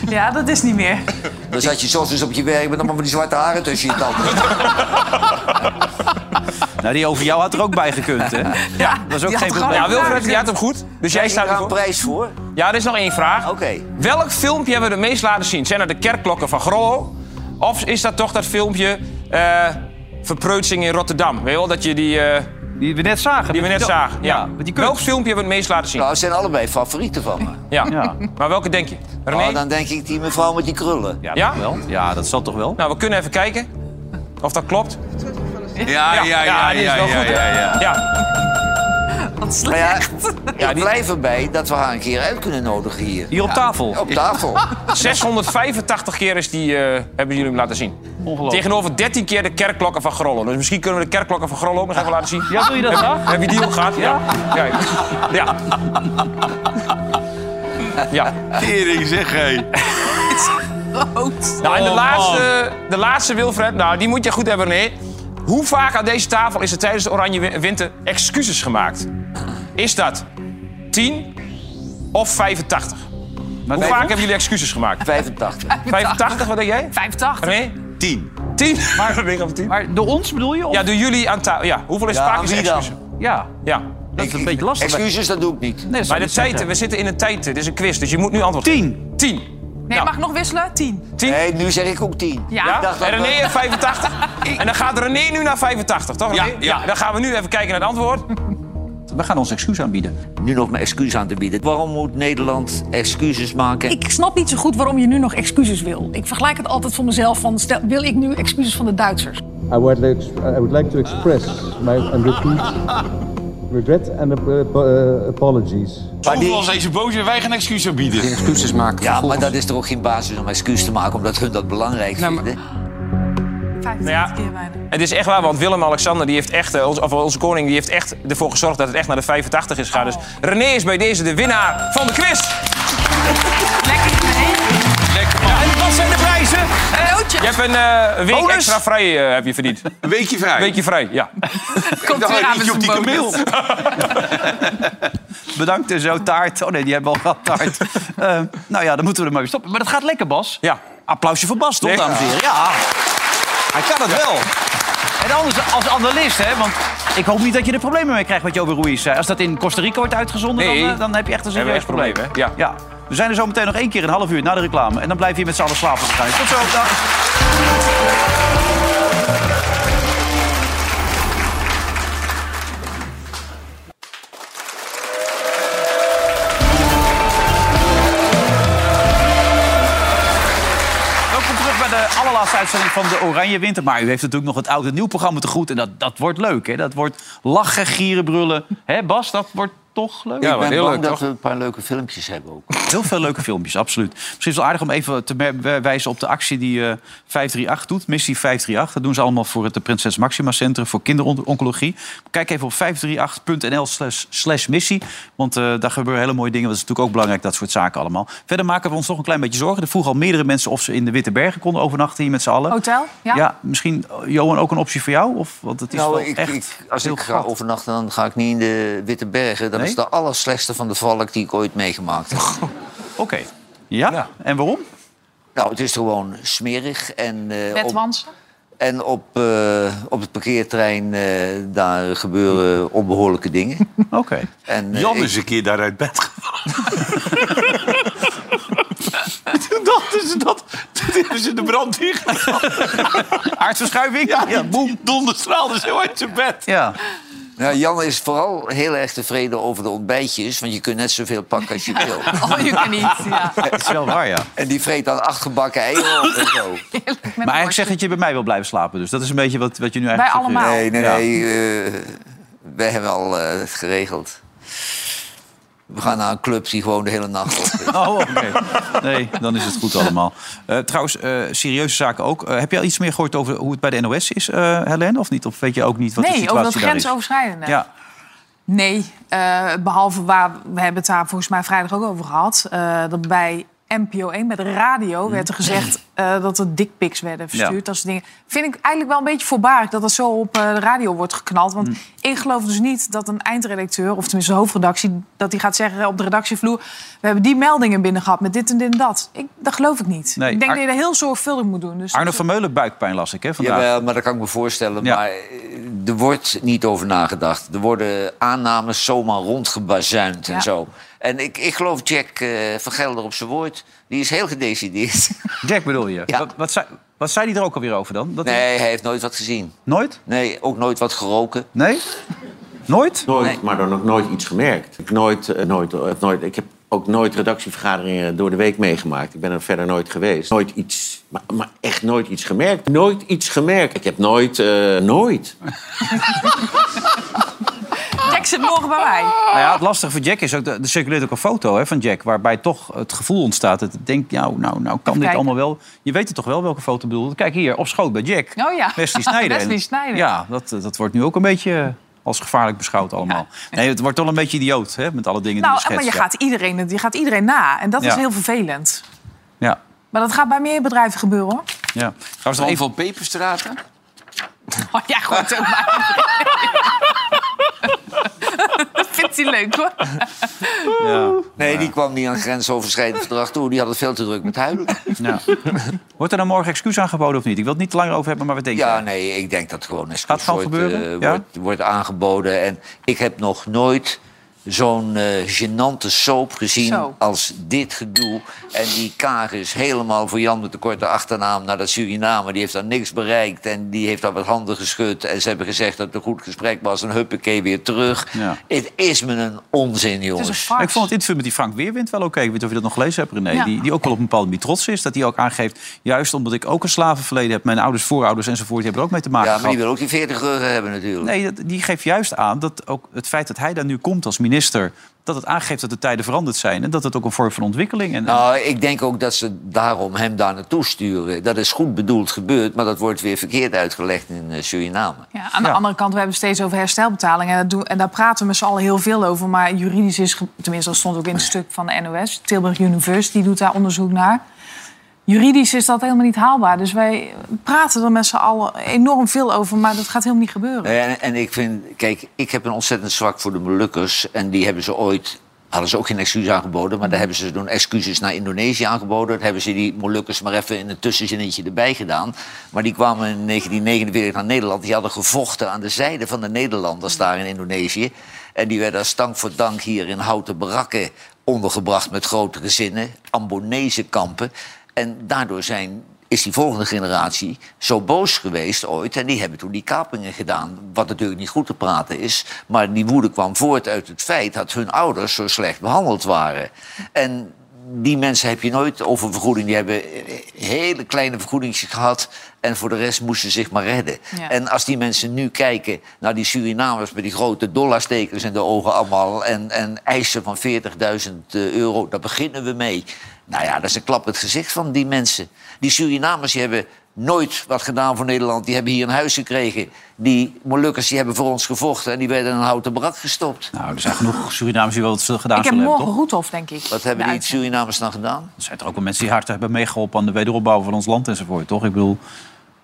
Ja, dat is niet meer. Dan zat je soms dus op je werk met allemaal van die zwarte haren tussen je tanden. Nou, die over jou had er ook bij gekund, hè? Ja, dat was ook geen gewoon- probleem. Ja, Wilfred, die had hem goed. Dus jij Is daar staat een ervoor. prijs voor? Ja, er is nog één vraag. Oké. Welk filmpje hebben we het meest laten zien? Zijn dat de kerkklokken van Grollo? Of is dat toch dat filmpje eh verpreutsing in Rotterdam? Weet je wel, dat je die, eh, Die we net zagen. die we net zagen. Ja. met die Welk kunst. filmpje hebben we het meest laten zien? Nou, het zijn allebei favorieten van me. Ja. Ja. Maar welke denk je? René? Oh, dan denk ik die mevrouw met die krullen. Ja, Ja? dat wel. Ja, dat zal toch wel. Nou, we kunnen even kijken of dat klopt. Ja, ja, ja. ja, die is ja, wel goed. ja, hè? ja. Ja. Wat Maar slecht. ja, ik blijf erbij dat we haar een keer uit kunnen nodigen hier. Hier op tafel. Op tafel. 685 keer is die, eh, hebben jullie hem laten zien. Ongelooflijk. Tegenover 13 keer de kerkklokken van Grollo. Dus misschien kunnen we de kerkklokken van Grollo ook nog even laten zien. Ja, wil je dat graag? Heb je die ook gehad? Ja. Ja. ja. ja. Tering, zeg hé. Rood. Nou, en de, Oh, laatste, de laatste, Wilfred, nou, die moet je goed hebben, nee. Hoe vaak aan deze tafel is er tijdens de Oranje Win- Winter excuses gemaakt? Is dat 10 of 85? Maar Hoe wij- vaak hebben jullie excuses [LAUGHS] gemaakt? 85. 85, wat denk jij? 85. Nee? Tien. 10? Maar, denk of 10? Maar door ons bedoel je? Of? Ja, door jullie aan tafel. Ja, hoeveel is Ja, vaak aan is wie dan? excuses? Ja, Ja. dat is een beetje lastig. Excuses, dat doe ik niet. Nee, dat zou Maar de ik zeggen. tijd, we zitten in een tijd, dit is een quiz, dus je moet nu antwoord Tien. 10. Nee, mag ik nog wisselen? 10. 10. Nee, nu zeg ik ook 10. Ja. Ik dacht dat En René we- heeft [LAUGHS] 85. En dan gaat René nu naar 85, toch? René? Ja, ja. Dan gaan we nu even kijken naar het antwoord. We gaan ons excuus aanbieden. nu nog mijn excuus aan te bieden. Waarom moet Nederland excuses maken? Ik snap niet zo goed waarom je nu nog excuses wil. Ik vergelijk het altijd voor mezelf van, stel, wil ik nu excuses van de Duitsers? I would, I would like to express my and repeat regret and apologies. Maar die- Overal zijn ze boos en wij gaan excuses bieden. Excuses maken. Ja, maar dat is toch ook geen basis om excuus te maken, omdat hun dat belangrijk Nou, vinden. 85 Nou ja. keer bijna. Het is echt waar, want Willem-Alexander, die heeft echt, eh, ons- of onze koning, die heeft echt ervoor gezorgd dat het echt naar de 85 is gegaan. Dus René is bij deze de winnaar van de quiz. Lekker mee. Lekker man. En wat zijn de prijzen? Je hebt een eh, week Bonus? extra vrij eh, heb je [LAUGHS] verdiend. Een Een weekje vrij. weekje vrij, ja. Komt dacht, weer aan ik met op zijn die kameel. bonus. Bedankt en zo, taart. Oh nee, die hebben we al gehad, [LAUGHS] taart. Eh, nou ja, dan moeten we er maar weer stoppen. Maar dat gaat lekker, Bas. ja. Applausje voor Bas, toch, Ja. dames en heren? Ja. Hij kan het wel. En En anders als analist, hè, want ik hoop niet dat je er problemen mee krijgt wat Joe Ruiz zei. Als dat in Costa Rica wordt uitgezonden, Nee. dan, eh, dan heb je echt een Hebben serieus we echt probleem. problemen, hè? ja. We zijn er zo meteen nog één keer een half uur na de reclame. En dan blijf je met z'n allen slapen waarschijnlijk. Tot zo. dag. Welkom terug bij de allerlaatste uitzending van de Oranje Winter. Maar u heeft natuurlijk nog het oude en nieuw programma te goed. En dat, dat wordt leuk, hè? Dat wordt lachen, gieren, brullen. Hè, Bas, dat wordt toch leuk? ik ben bang dat we een paar leuke filmpjes hebben ook. Heel veel leuke filmpjes, absoluut. Misschien is het wel aardig om even te mer- we- wijzen op de actie die eh 538 doet. Missie 538. Dat doen ze allemaal voor het eh, Prinses Maxima Centrum voor kinderoncologie. Kijk even op 538.nl slash- slash missie. Want eh, daar gebeuren hele mooie dingen. Dat is natuurlijk ook belangrijk, dat soort zaken allemaal. Verder maken we ons nog een klein beetje zorgen. Er vroegen al meerdere mensen of ze in de Witte Bergen konden overnachten hier met z'n allen. Hotel? Ja. Oh, Ja. misschien, eh, Johan, ook een optie voor jou? Of, want het is Nou, wel ik, echt ik, als heel ik ga glad. overnachten, dan ga ik niet in de Witte Bergen. Dat Nee? is de allerslechtste van de valk die ik ooit meegemaakt heb. Oké. Ja? En waarom? Nou, het is gewoon smerig. En, eh, Met op, Wansen? en op, eh, op het parkeerterrein eh, daar gebeuren onbehoorlijke [LAUGHS] dingen. Oké. En, eh, Jan ik- is een keer daar uit bed gevallen. Toen dachten ze [LAUGHS] dat. Toen hebben ze de brand [LAUGHS] ingegaan. Aardverschuiving? Ja, boem. Donderstraalde zo uit zijn bed. Ja. Nou, Jan is vooral heel erg tevreden over de ontbijtjes. Want je kunt net zoveel pakken als je [LAUGHS] wil. Oh, je kan niet. Ja. Dat is wel waar, ja. En die vreet dan acht gebakken eieren op en zo. Maar eigenlijk zeg je dat je bij mij wil blijven slapen. Dus dat is een beetje wat, wat je nu eigenlijk Wij suggereert. allemaal. Nee, nee, Ja. nee. eh, wij hebben al eh, het geregeld. We gaan naar een club die gewoon de hele nacht op is. [LAUGHS] Oh, oké. Nee, dan is het goed allemaal. Eh, trouwens, eh, serieuze zaken ook. Eh, heb je al iets meer gehoord over hoe het bij de NOS is, eh Helene? Of niet? Of weet je ook niet wat de Nee, situatie over dat daar is? grensoverschrijdende. Ja, Nee, eh, behalve waar we hebben het daar volgens mij vrijdag ook over gehad. eh, dat bij NPO 1, bij de radio, werd er gezegd eh, dat er dickpics werden verstuurd. Mm. Ja. Dat soort dingen. Vind ik eigenlijk wel een beetje voorbarig dat dat zo op eh, de radio wordt geknald. Mm. Want ik geloof dus niet dat een eindredacteur, of tenminste de hoofdredactie, dat die gaat zeggen op de redactievloer: we hebben die meldingen binnen gehad met dit en dit en dat. Ik, dat geloof ik niet. Nee, ik denk Ar- dat je dat heel zorgvuldig moet doen. Dus Arno van Meulen buikpijn las ik, hè, vandaag. Jawel, maar dat kan ik me voorstellen. Ja. Maar eh, er wordt niet over nagedacht. Er worden aannames zomaar rondgebazuind Ja. en zo. En ik, ik geloof Jack eh, van Gelder op zijn woord. Die is heel gedecideerd. [LAUGHS] Jack bedoel je? Ja. Wat, wat, zei, wat zei die er ook alweer over dan? Dat hij- Nee, hij heeft nooit wat gezien. Nooit? Nee, ook nooit wat geroken. Nee? Nooit? Nooit, Nee. maar dan ook nooit iets gemerkt. Ik, nooit, eh, nooit, eh, nooit, ik heb ook nooit redactievergaderingen door de week meegemaakt. Ik ben er verder nooit geweest. Nooit iets, maar, maar echt nooit iets gemerkt. Nooit iets gemerkt. Ik heb nooit, eh, nooit. check ze morgen bij mij. Nou ja, het lastige voor Jack is ook, er circuleert ook een foto hè, van Jack... waarbij toch het gevoel ontstaat dat ik denk, nou, nou, nou kan dit kijken. allemaal wel. Je weet het toch wel welke foto bedoelt? Kijk hier, op schoot bij Jack. Oh ja. [LAUGHS] Wesley Sneijder. Wesley Sneijder. Ja, dat, dat wordt nu ook een beetje eh, als gevaarlijk beschouwd allemaal. Nee, het wordt wel een beetje idioot hè, met alle dingen die Nou, je maar schetst. je gaat, iedereen, je gaat iedereen na. En dat Ja. is heel vervelend. Ja, Maar dat gaat bij meer bedrijven gebeuren, hoor. ja. ja. Trouwens, nog Van even... van Peperstraten. Oh, ja, goed ook maar. [LAUGHS] dat vindt hij leuk, hoor. Ja, Nee, die kwam niet aan grensoverschrijdend gedrag toe. Die had het veel te druk met huilen. ja. Wordt er dan morgen excuus aangeboden of niet? Ik wil het niet te langer over hebben, maar wat denk je? Ja, nee, ik denk dat gewoon excuus Gaat het gewoon wordt, gebeuren? eh, Ja? wordt, wordt aangeboden. En ik heb nog nooit zo'n eh genante soap gezien Zo. als dit gedoe. En die Kaag is helemaal voor Jan met de korte achternaam naar dat Suriname. Die heeft daar niks bereikt en die heeft daar wat handen geschud. En ze hebben gezegd dat het een goed gesprek was en huppakee weer terug. Ja. Het is me een onzin, Het is een jongens. farce. Ik vond het interview met die Frank Weerwind wel oké. Ik weet niet of je dat nog gelezen hebt, René. Ja. Die, die ook wel op een bepaalde manier trots is. Dat hij ook aangeeft, juist omdat ik ook een slavenverleden heb. Mijn ouders, voorouders enzovoort, die hebben er ook mee te maken Ja, maar die gehad. wil ook die 40 euro hebben natuurlijk. Nee, dat- die geeft juist aan dat ook het feit dat hij daar nu komt als minister... dat het aangeeft dat de tijden veranderd zijn. En dat het ook een vorm van ontwikkeling... En, Nou, ik denk ook dat ze daarom hem daar naartoe sturen. Dat is goed bedoeld gebeurd, maar dat wordt weer verkeerd uitgelegd in eh, Suriname. Ja, aan Ja. de andere kant, we hebben het steeds over herstelbetalingen. En, dat doen, en daar praten we met z'n allen heel veel over. Maar juridisch is, ge- tenminste dat stond ook in het stuk van de NOS. Tilburg University doet daar onderzoek naar. Juridisch is dat helemaal niet haalbaar. Dus wij praten er met z'n allen enorm veel over. Maar dat gaat helemaal Eh, niet gebeuren. En, en ik vind, kijk, ik heb een ontzettend zwak voor de Molukkers. En die hebben ze ooit hadden ze ook geen excuus aangeboden. Maar daar hebben ze toen excuses naar Indonesië aangeboden. Daar hebben ze die Molukkers maar even in een tussenzinnetje erbij gedaan. Maar die kwamen in 1949 naar Nederland. Die hadden gevochten aan de zijde van de Nederlanders daar in Indonesië. En die werden als dank voor dank hier in houten barakken ondergebracht met grote gezinnen. Ambonese kampen. En daardoor zijn, is die volgende generatie zo boos geweest ooit. En die hebben toen die kapingen gedaan. Wat natuurlijk niet goed te praten is. Maar die woede kwam voort uit het feit dat hun ouders zo slecht behandeld waren. En die mensen heb je nooit over vergoeding. Die hebben hele kleine vergoedingen gehad. En voor de rest moesten ze zich maar redden. Ja. En als die mensen nu kijken naar die Surinamers met die grote dollarstekers in de ogen allemaal. En, en eisen van 40.000 euro, daar beginnen we mee. Nou ja, dat is een klap in het gezicht van die mensen. Die Surinamers die hebben nooit wat gedaan voor Nederland. Die hebben hier een huis gekregen. Die Molukkers die hebben voor ons gevochten. En die werden in een houten brak gestopt. Nou, er zijn genoeg Surinamers die wel wat gedaan Ik heb zullen hebben, morgen toch? Roethoff, denk ik. Wat hebben de die Surinamers dan gedaan? Er zijn er ook wel mensen die hard hebben meegeholpen aan de wederopbouw van ons land enzovoort, toch? Ik bedoel,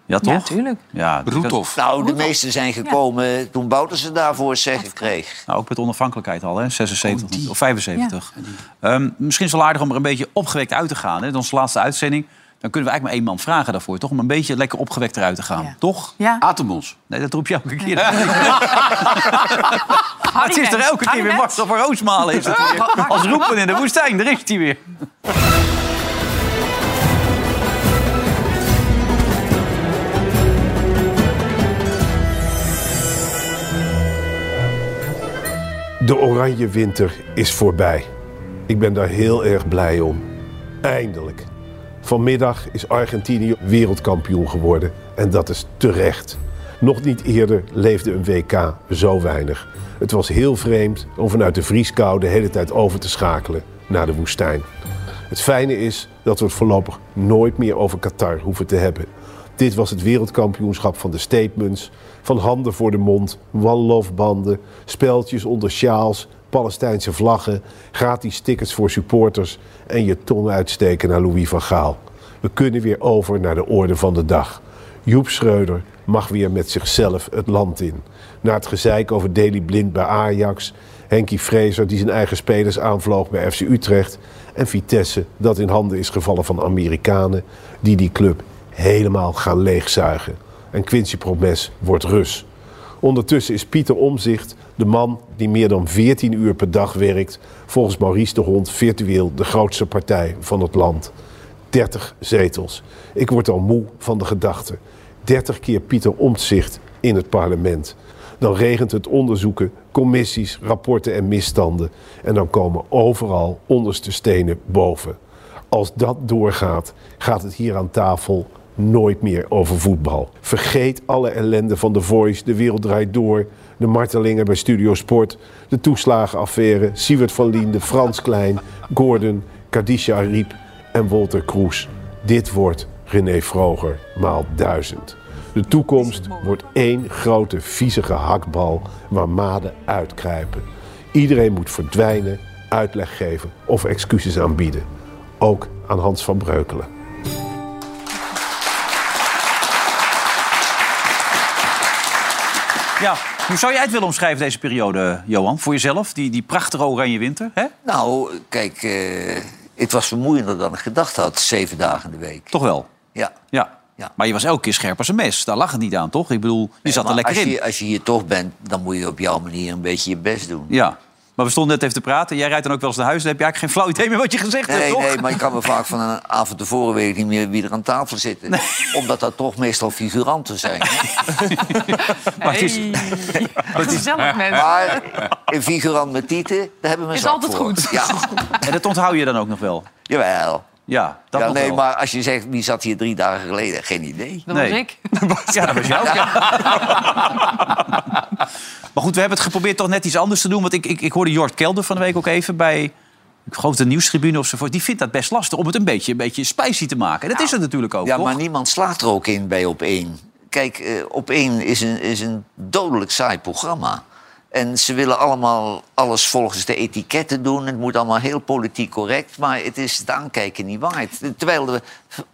ja toch? Ja, tuurlijk. Ja, ik denk dat- Nou, de meesten zijn gekomen toen Bouters het daarvoor zeggen kreeg. Nou, ook met onafhankelijkheid al, hè? 76 of 75. Ehm, misschien is het wel aardig om er een beetje opgewekt uit te gaan. Hè? Dat is onze laatste uitzending. Dan kunnen we eigenlijk maar één man vragen daarvoor, toch? Om een beetje lekker opgewekt eruit te gaan, toch? Ja. Atemos. Nee, dat roep je elke keer. [LAUGHS] Harry Ah, het is er Mens. elke keer Harry weer Mens. Marcel van Roosmalen. Is het weer. Als roepen in de woestijn, daar is hij weer. De oranje winter is voorbij. Ik ben daar heel erg blij om. Eindelijk. Vanmiddag is Argentinië wereldkampioen geworden. En dat is terecht. Nog niet eerder leefde een WK zo weinig. Het was heel vreemd om vanuit de vrieskou de hele tijd over te schakelen naar de woestijn. Het fijne is dat we het voorlopig nooit meer over Qatar hoeven te hebben. Dit was het wereldkampioenschap van de statements. Van handen voor de mond, wanloofbanden, speldjes onder sjaals, Palestijnse vlaggen, gratis tickets voor supporters en je tong uitsteken naar Louis van Gaal. We kunnen weer over naar de orde van de dag. Joep Schreuder mag weer met zichzelf het land in. Na het gezeik over Deli Blind bij Ajax, Henkie Fraser die zijn eigen spelers aanvloog bij FC Utrecht en Vitesse dat in handen is gevallen van Amerikanen die die club helemaal gaan leegzuigen. En Quincy Promes wordt Rus. Ondertussen is Pieter Omzicht de man die meer dan 14 uur per dag werkt, volgens Maurice de Hond virtueel de grootste partij van het land. 30 zetels. Ik word al moe van de gedachte. 30 keer Pieter Omtzigt in het parlement. Dan regent het onderzoeken, commissies, rapporten en misstanden. En dan komen overal onderste stenen boven. Als dat doorgaat, gaat het hier aan tafel nooit meer over voetbal. Vergeet alle ellende van The Voice, De Wereld Draait Door... de martelingen bij Studio Sport, de toeslagenaffaire... Siewert van Liende, Frans Klein, Gordon, Kadisha Ariep en Walter Kroes. Dit wordt René Vroger maal duizend. De toekomst wordt één grote viezige hakbal waar maden uitkruipen. Iedereen moet verdwijnen, uitleg geven of excuses aanbieden. Ook aan Hans van Breukelen. Ja, hoe zou jij het willen omschrijven, deze periode, Johan? Voor jezelf, die, die prachtige oranje winter, hè? Nou, kijk, eh, het was vermoeiender dan ik gedacht had, zeven dagen in de week. Toch wel? Ja. Ja. Maar je was elke keer scherp als een mes. Daar lag het niet aan, toch? Ik bedoel, je zat er Maar lekker als in. Je, als je hier toch bent, dan moet je op jouw manier een beetje je best doen. Ja. Maar we stonden net even te praten. Jij rijdt dan ook wel eens naar huis. Dan heb je eigenlijk geen flauw idee meer wat je gezegd hebt, Nee, toch? nee, maar ik kan me vaak van een avond tevoren weet ik niet meer wie er aan tafel zitten. Omdat dat toch meestal figuranten zijn. Maar [LAUGHS] het is- Wat gezellig, mensen. Maar een figurant met tieten, daar hebben we een Is zak altijd voor. goed. Ja. En dat onthoud je dan ook nog wel? Jawel. Ja, dat ja, nog nee, wel. maar als je zegt, wie zat hier drie dagen geleden? Geen idee. Dat was Nee. ik. Ja, dat was jou. [LAUGHS] Maar goed, we hebben het geprobeerd toch net iets anders te doen. Want ik, ik, ik hoorde Jort Kelder van de week ook even bij... Ik geloof de nieuwstribune of zo. Die vindt dat best lastig om het een beetje, een beetje spicy te maken. En dat is het natuurlijk ook, Ja, toch? maar niemand slaagt er ook in bij Op1. Kijk, eh Op1 is een, is een dodelijk saai programma. En ze willen allemaal alles volgens de etiketten doen. Het moet allemaal heel politiek correct. Maar het is het aankijken niet waard. Terwijl er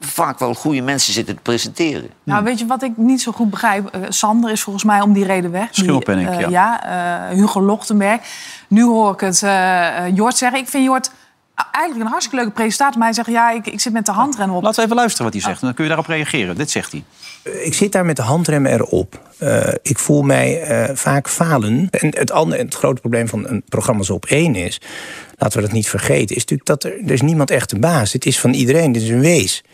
vaak wel goede mensen zitten te presenteren. Nou, weet je wat ik niet zo goed begrijp? Eh, Sander is volgens mij om die reden weg. Die, Schimmelpenninck, eh, ja. Ja, eh, Hugo Lochtenberg. Nu hoor ik het eh, eh, Jort zeggen. Ik vind Jort eigenlijk een hartstikke leuke presentator. Maar hij zegt, ja, ik, ik zit met de handrem op. Laten we even luisteren wat hij zegt. En dan kun je daarop reageren. Dit zegt hij. Ik zit daar met de handrem erop. Eh, ik voel mij eh, vaak falen. En het, andere, het grote probleem van een programma zoals op één is... laten we dat niet vergeten, is natuurlijk dat er, er is niemand echt de baas Dit is van iedereen, dit is een wees.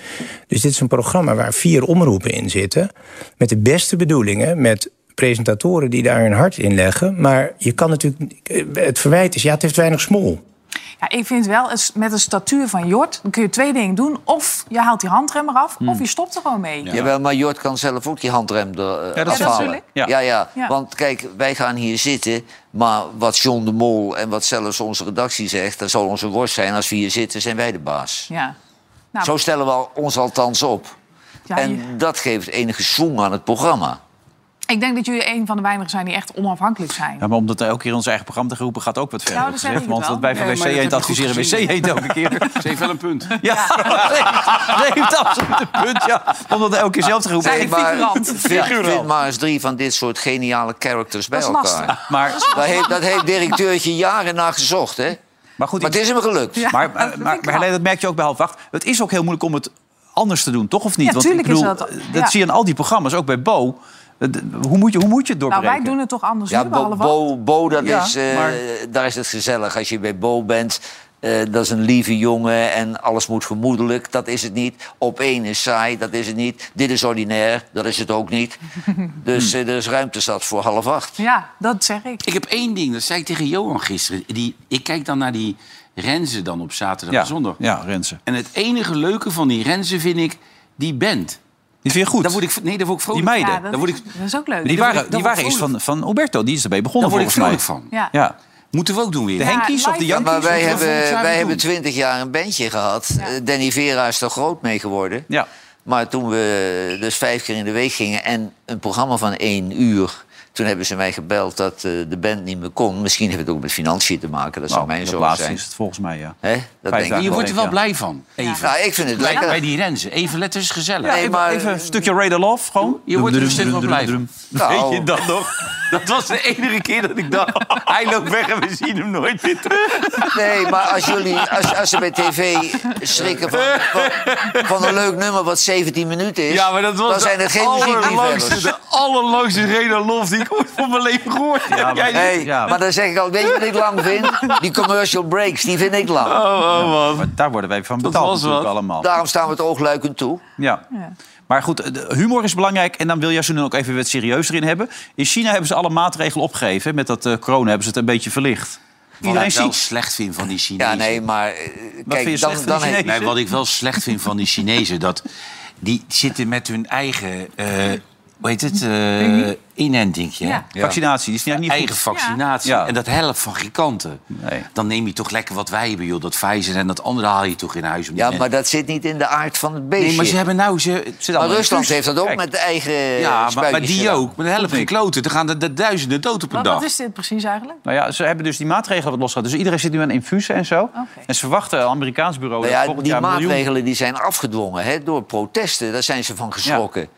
Dus dit is een programma waar vier omroepen in zitten... met de beste bedoelingen, met presentatoren die daar hun hart in leggen. Maar je kan natuurlijk... eh, Het verwijt is, ja, het heeft weinig smol. Ja, ik vind wel, het- met de statuur van Jort... dan kun je twee dingen doen. Of je haalt die handrem eraf, Hmm. of je stopt er gewoon mee. Jawel, maar Jort kan zelf ook die handrem er, eh, Ja, dat is afhalen. natuurlijk. Ja. Ja, Ja. want kijk, wij gaan hier zitten... maar wat John de Mol en wat zelfs onze redactie zegt... dat zal onze worst zijn. Als we hier zitten, zijn wij de baas. Ja. Nou, Zo stellen we al- ons althans op. Ja, en je- dat geeft enige zwoeng aan het programma. Ik denk dat jullie een van de weinigen zijn die echt onafhankelijk zijn. Ja, maar omdat hij elke keer in ons eigen programma te roepen gaat ook wat verder. Nou, dat zeg ik gezegd, want wel. dat wij van Nee, WC maar dat heen heb te ik goed adviseren. gezien. WC heen elke keer. Ze heeft wel een punt. [LAUGHS] Ja, nee, heeft absoluut een punt. Ja. Omdat hij elke keer zelf te roepen Zeg heeft. maar, vind, vind maar eens drie van dit soort geniale characters bij Dat is elkaar. [LAUGHS] lastig. Maar- Dat is dat, lastig. heeft, dat heeft directeurtje jaren naar gezocht, hè? Maar, goed, Maar het is hem gelukt. Maar, maar, eh, maar, maar Helene, dat merk je ook bij half acht. Het is ook heel moeilijk om het anders te doen, toch of niet? Ja, ik tuurlijk is bedoel, dat- eh, ja. zie je in al die programma's, ook bij Bo. Eh, d- Hoe moet je, hoe moet je het Nou, doorbreken? wij doen het toch anders Ja, nu, Bo, behalve Bo, Bo, dat Ja, is, eh, maar- daar is het gezellig. Als je bij Bo bent, eh, dat is een lieve jongen en alles moet vermoedelijk. Dat is het niet. Op één is saai, dat is het niet. Dit is ordinair, dat is het ook [LAUGHS] niet. Dus eh, er is ruimte zat voor half acht. Ja, dat zeg ik. Ik heb één ding, dat zei ik tegen Johan gisteren. Die, ik kijk dan naar die Renze dan op zaterdag Ja, en zondag. ja, Renze. En het enige leuke van die Renze vind ik die band. Die vind je goed? Daar word ik, nee, daar word ik vrolijk Die meiden. Ja, dat, Daar word is, ik, dat is ook leuk. Die waren, die Daar word waren ik eerst van, van Alberto, die is erbij begonnen Daar word ik volgens mij. vrolijk Ja. Ja. Moeten we ook doen weer. De Henkies of de Ja, Yankees? maar wij Moeten we hebben, volgend jaar wij weer hebben doen? twintig jaar een bandje gehad. Eh, Danny Vera is er groot mee geworden. Ja. Maar toen we dus vijf keer in de week gingen en een programma van één uur... toen hebben ze mij gebeld dat eh, de band niet meer kon. Misschien heeft het ook met financiën te maken, dat zou Nou, mijn dat zorg laatste zijn. is het volgens mij, ja. Hè? Dat Vijf denk ik dagen Je wordt er wel Ja. blij van. Even. Nou, ik vind het Bij- lekker. Bij die Renze. Even letters gezellig. Nee, even, maar- even een Eh, stukje Radar Love, gewoon. Je wordt er een stuk van Drum, blij drum, van. drum. Nou. Oh. Weet je dat nog? Dat was de enige keer dat ik dacht... hij loopt weg en we zien hem nooit weer terug. Nee, maar als, jullie, als, als ze bij tv schrikken van, van, van een leuk nummer wat 17 minuten is... dan zijn er geen muziekliefhebbers. de allerlangste Rena Lof die ik ooit van mijn leven gehoord heb. Ja, maar- Jij- Hey, Ja. Maar dan zeg ik al, weet je wat ik lang vind? Die commercial breaks, die vind ik lang. Maar daar worden wij van betaald was natuurlijk wat. allemaal. Daarom staan we het oogluikend toe. Ja. Maar goed, de humor is belangrijk. En dan wil Jasmin ook even wat serieus erin hebben. In China hebben ze alle maatregelen opgegeven. Met dat eh, corona hebben ze het een beetje verlicht. Wat Iedereen ik wel ziet. slecht vind van die Chinezen. Ja, nee, maar eh, vind je kijk, dan, slecht van dan die heeft- Nee, wat ik wel slecht vind van die Chinezen, dat die zitten met hun eigen, eh, hoe heet het, eh inentingje. Ja. Vaccinatie, die is niet, niet goed. Eigen vaccinatie. Ja. En dat helpt van giganten. Nee. Dan neem je toch lekker wat wij hebben, joh. Dat Pfizer en dat andere haal je toch in huis. om ja, die maar mensen- dat zit niet in de aard van het beestje. Nee, maar ze hebben nou... Ze, het zit Maar allemaal in Rusland Rus- heeft dat ook Kijk. met de eigen Ja, maar, maar spuitjes die gedaan. ook. Maar dat helpt geen kloten. Er gaan er, er duizenden dood op een Wat, dag. wat is dit precies eigenlijk? Nou ja, ze hebben dus die maatregelen wat losgehad. Dus iedereen zit nu aan infusen en zo. En ze verwachten, een Amerikaans bureau, Nou dat ja, volgend die jaar een miljoen... maatregelen die zijn afgedwongen hè, door protesten. Daar zijn ze van geschrokken.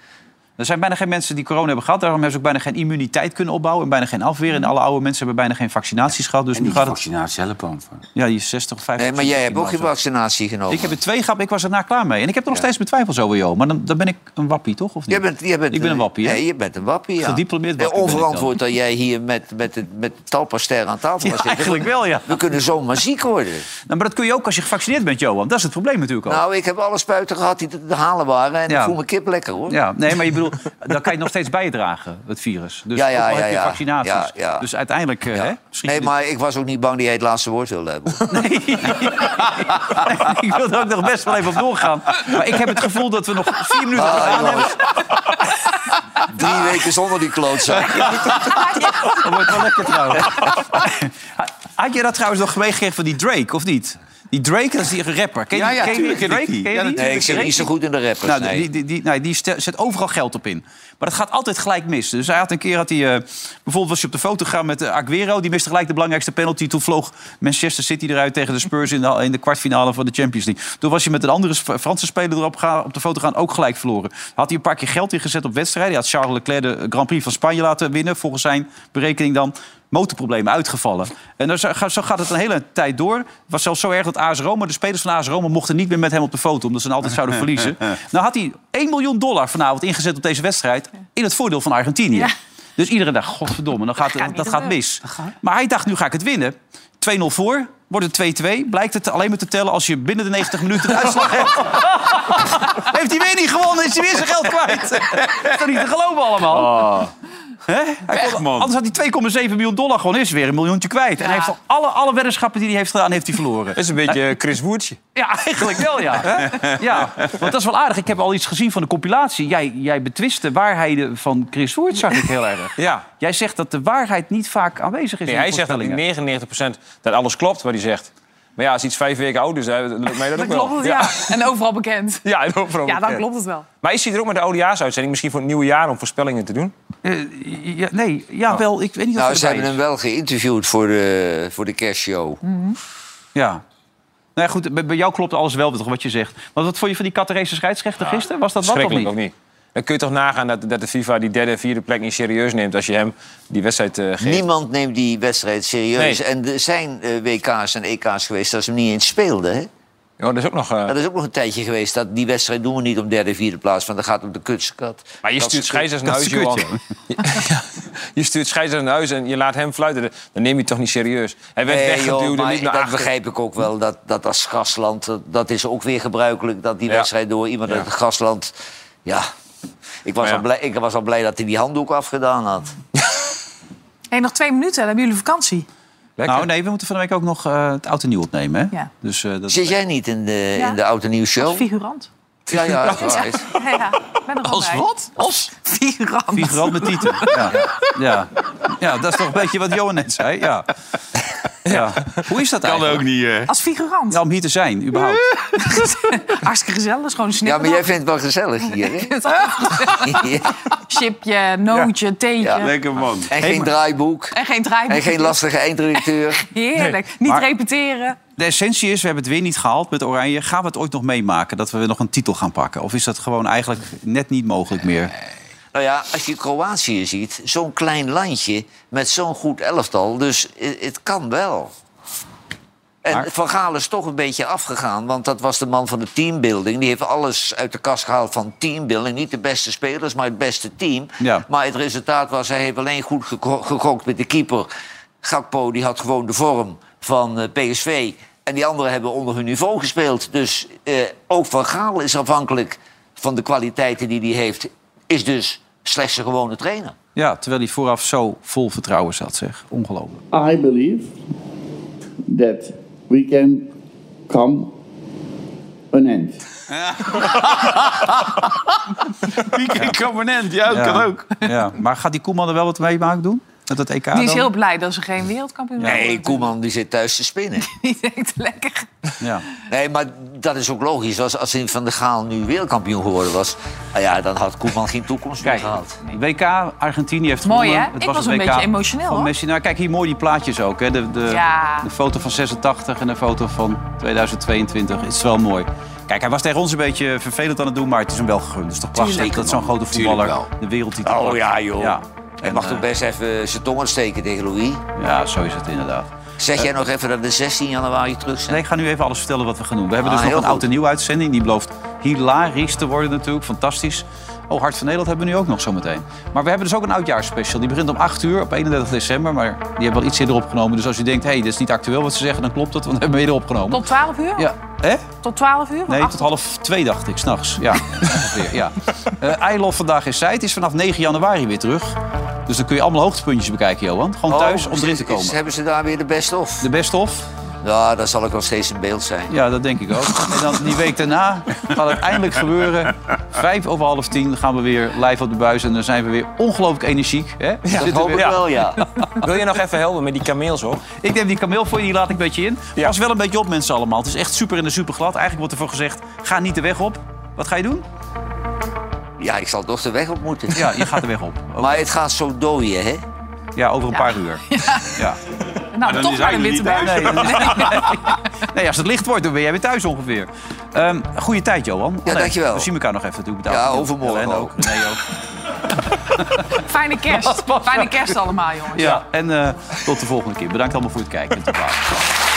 Er zijn bijna geen mensen die corona hebben gehad. Daarom hebben ze ook bijna geen immuniteit kunnen opbouwen. En bijna geen afweer. En alle oude mensen hebben bijna geen vaccinaties gehad. Dus En nu die gaat het... vaccinatie helpt dan. Ja, die 60 of 50 Nee, maar jij hebt ook je misschien wel zo. vaccinatie genomen. Ik heb er twee gehad, ik was er na klaar mee. En ik heb er nog steeds mijn twijfels over, joh. Maar dan, dan ben ik een wappie, toch? Of niet? Jij bent, jij bent, ik ben een wappie, hè? Ja, je bent een wappie, ja. Gediplomeerd wappie Eh, ben ik dan. Onverantwoord dat jij hier met, met, het, met de talpaster aan tafel [LAUGHS] gaat Ja, zitten. eigenlijk wel, ja. We kunnen zomaar ziek worden. Nou, maar dat kun je ook als je gevaccineerd bent, Johan. Dat is het probleem natuurlijk ook. Nou, ik heb alle spuiten gehad die te te halen waren. En Ja. ik voel mijn kip lekker, hoor. Ja, nee, maar je bedoelt, [LAUGHS] dan kan je nog steeds bijdragen, het virus. Dus Ja, ja, ook al ja, heb je ja. vaccinaties. Ja, ja. Dus uiteindelijk, eh, hè, misschien... Nee, maar ik was ook niet bang dat jij het laatste woord wilde hebben. [LAUGHS] ik wil er ook nog best wel even op doorgaan. Maar ik heb het gevoel dat we nog vier minuten Ah, gedaan hebben. jongens. Drie weken zonder die klootzak. [LAUGHS] Dat wordt wel lekker trouwens. Had je dat trouwens nog meegekregen van die Drake, of niet? Die Drake, dat is die rapper. Ken je Ja, ja, ken je tuurlijk ken ik Drake? die. Ken je Ja, die? natuurlijk. Nee, ik zit niet zo goed in de rappers, Nou, nee. Die, die, die, nee, die ste- zet overal geld op in. Maar dat gaat altijd gelijk mis. Dus hij had een keer, had hij, eh, bijvoorbeeld was je op de foto gegaan met eh, Aguero. Die miste gelijk de belangrijkste penalty. Toen vloog Manchester City eruit tegen de Spurs in de, in de kwartfinale van de Champions League. Toen was hij met een andere Sp- Franse speler erop gaan, op de foto gaan, ook gelijk verloren. Had hij een paar keer geld ingezet op wedstrijden. Hij had Charles Leclerc de Grand Prix van Spanje laten winnen. Volgens zijn berekening dan motorproblemen uitgevallen. En dan zo, ga- zo gaat het een hele tijd door. Het was zelfs zo erg dat AS Roma, de spelers van AS Roma... mochten niet meer met hem op de foto, omdat ze hem altijd zouden verliezen. Nou had hij 1 miljoen dollar vanavond ingezet op deze wedstrijd... in het voordeel van Argentinië. Ja. Dus iedereen dacht, godverdomme, dan gaat, dat, gaat gebeuren. mis. Maar hij dacht, nu ga ik het winnen. 2-0 voor, wordt het 2-2. Blijkt het alleen maar te tellen als je binnen de 90 minuten de uitslag hebt. Heeft hij weer niet gewonnen, is hij weer zijn geld kwijt. Dat is toch niet te geloven allemaal? Oh. Hè? Hij kon, anders had hij 2,7 miljoen dollar gewoon is weer een miljoentje kwijt. En hij heeft al alle, alle weddenschappen die hij heeft gedaan, heeft hij verloren. Dat is een beetje Chris Woertje. Ja, eigenlijk wel, ja. Hè? ja. Want dat is wel aardig. Ik heb al iets gezien van de compilatie. Jij, jij betwist de waarheden van Chris Woert, zag ik heel erg. Ja. Jij zegt dat de waarheid niet vaak aanwezig is Nee, in de hij zegt dat voorspellingen. in 99% dat alles klopt wat hij zegt. Maar ja, als iets vijf weken oud is, dan lukt mij [LAUGHS] dat ook Dat wel. klopt het, ja. En overal bekend. Ja, [LAUGHS] en overal Ja, dan bekend. klopt het wel. Maar is hij er ook met de oudejaarsuitzending misschien voor het nieuwe jaar om voorspellingen te doen? Eh, ja, nee, ja, wel. Ik weet niet Nou, of ze hij erbij hebben is. hem wel geïnterviewd voor de, voor de kerstshow. Hm. Ja. Nou ja, goed, bij, bij jou klopt alles wel toch wat je zegt. Want wat vond je van die Catarese scheidsrechter gisteren? Was dat wat of Schrikkelijk niet? nog niet. Dan kun je toch nagaan dat, dat de FIFA die derde, vierde plek niet serieus neemt als je hem die wedstrijd eh, geeft. Niemand neemt die wedstrijd serieus. Nee. En er zijn eh, WK's en EK's geweest dat ze hem niet eens speelden. Hè? Ja, dat is ook nog. eh, Dat is ook nog een tijdje geweest. Dat, die wedstrijd doen we niet op derde, vierde plaats. Want dat gaat om de kutsekat. Maar je stuurt scheidsrechters naar huis, Katsenkut, Johan. [LAUGHS] Ja, je stuurt scheidsrechters naar huis en je laat hem fluiten. Dan neem je het toch niet serieus. Hij werd Nee, joh, weggeduwd en maar niet naar dat achter. begrijp ik ook wel. Dat, dat als grasland, dat- dat is ook weer gebruikelijk. Dat die Ja. wedstrijd door iemand Ja. uit het grasland... Ja, ik was, Maar ja. Al blij, ik was al blij dat hij die handdoek afgedaan had. Hey, nog twee minuten, dan hebben jullie vakantie. Nou, nee, we moeten van de week ook nog eh, het oud en nieuw opnemen. Hè? Ja. Dus, eh, dat... Zit jij niet in de, Ja. in de Oud en Nieuw Als Show? figurant. Ja, ja, dat Oh, is waar. [LAUGHS] Ja, ja. Ik ben er al bij. Als figurant. figurant met titel. Ja. Ja. ja, dat is toch een beetje wat Johan net zei. [LAUGHS] Ja. Ja. Hoe is dat Kan eigenlijk? ook niet, hè? Als figurant. Ja, om hier te zijn, überhaupt. Hartstikke gezellig, is gewoon een Ja, maar snipperdag. jij vindt het wel gezellig hier, [LAUGHS] hè? [LAUGHS] Ja. Chipje, nootje, theetje. [LAUGHS] Ja. Lekker man. En geen draaiboek. En geen draaiboek. En geen lastige eindredacteur. [LAUGHS] [LAUGHS] Heerlijk. Niet Maar- Ah, repeteren. De essentie is, we hebben het weer niet gehaald met Oranje. Gaan we het ooit nog meemaken, dat we nog een titel gaan pakken? Of is dat gewoon eigenlijk net niet mogelijk meer? Nou ja, als je Kroatië ziet, zo'n klein landje met zo'n goed elftal. Dus eh, het kan wel. En Maar- Van Gaal is toch een beetje afgegaan, want dat was de man van de teambuilding. Die heeft alles uit de kast gehaald van teambuilding. Niet de beste spelers, maar het beste team. Ja. Maar het resultaat was, hij heeft alleen goed geko- gegokt met de keeper. Gakpo die had gewoon de vorm van eh, PSV. En die anderen hebben onder hun niveau gespeeld. Dus eh, ook Van Gaal is afhankelijk van de kwaliteiten die hij heeft. Is dus slechts een gewone trainer. Ja, terwijl hij vooraf zo vol vertrouwen zat, zeg. Ongelooflijk. I believe that we can come an end. [LAUGHS] Weekend component, ja, Ja. dat kan ook. Ja. Maar gaat die Koeman er wel wat mee maken doen? Met dat EK Die is dan? heel blij dat ze geen wereldkampioen worden. Nee, Koeman die zit thuis te spinnen. [LAUGHS] Die denkt lekker. Ja. Nee, maar dat is ook logisch. Als, als Van der Gaal nu wereldkampioen geworden was... nou ja, dan had Koeman geen toekomst meer gehad. WK, Argentinië heeft Mooi, gewonnen. hè? Ik was een WK beetje emotioneel, van hoor. Messi. Nou, kijk, hier mooi die plaatjes ook. Hè? De, de, Ja. de foto van 86 en een foto van 2022. Het is wel mooi. Kijk, hij was tegen ons een beetje vervelend aan het doen, maar het is hem wel gegund. Het is toch prachtig Tuurlijk, dat zo'n man. grote voetballer Tuurlijk de wereldtitel Oh pakt. ja, eh, joh. Ja. Hij mag toch best even zijn tong steken tegen Louis. ja, zo is het inderdaad. Zeg jij nog even dat de 16 januari terug zijn? Nee, ik ga nu even alles vertellen wat we gaan doen. We hebben Ah, dus nog heel een oud en goed. nieuw uitzending. Die belooft hilarisch te worden natuurlijk. Fantastisch. Oh, Hart van Nederland hebben we nu ook nog zometeen. Maar we hebben dus ook een oudjaarsspecial. Die begint om 8 uur op 31 december. Maar die hebben we al iets eerder opgenomen. Dus als u denkt, hé, hey, dit is niet actueel wat ze zeggen, dan klopt dat. Want dat hebben we eerder opgenomen. Tot 12 uur? Ja, hè? Tot 12 uur? Nee, Acht- tot half twee dacht ik, s'nachts. Ja, ongeveer, ja. Eh, Eilof Vandaag is Zij. Het is vanaf 9 januari weer terug. Dus dan kun je allemaal hoogtepuntjes bekijken, Johan. Gewoon thuis Oh, om erin te is- is- komen. Hebben ze daar weer de best of? De best of, Ja, dan zal ik wel steeds in beeld zijn. Ja, dat denk ik ook. En dan die week daarna gaat het eindelijk gebeuren. Vijf over half tien gaan we weer live op de buis. En dan zijn we weer ongelooflijk energiek. Hè? Zitten we weer- [LAUGHS] Wil je nog even helpen met die kameels, hoor? Ik neem die kameel voor je, die laat ik een beetje in. Pas wel een beetje op, mensen allemaal. Het is echt super in de super glad. Eigenlijk wordt ervoor gezegd, ga niet de weg op. Wat ga je doen? Ja, ik zal toch de weg op moeten. Ja, je gaat de weg op. Maar het gaat zo dooien, hè? Ja, over een paar uur. Ja. Nou, Ah, dan toch is naar de hij er Witte niet Berg. bij. Nee, [LAUGHS] Nee, [LAUGHS] als het licht wordt, dan ben jij weer thuis ongeveer. Ehm goede tijd, Johan. Oh, nee, dankjewel. We zien elkaar nog even natuurlijk. Ja, betaald. overmorgen Helene ook. Nee, ook. Fijne [LAUGHS] kerst. Fijne kerst allemaal, jongens. eh, Ja, en eh, tot de volgende keer. Bedankt allemaal voor het kijken. Tot later.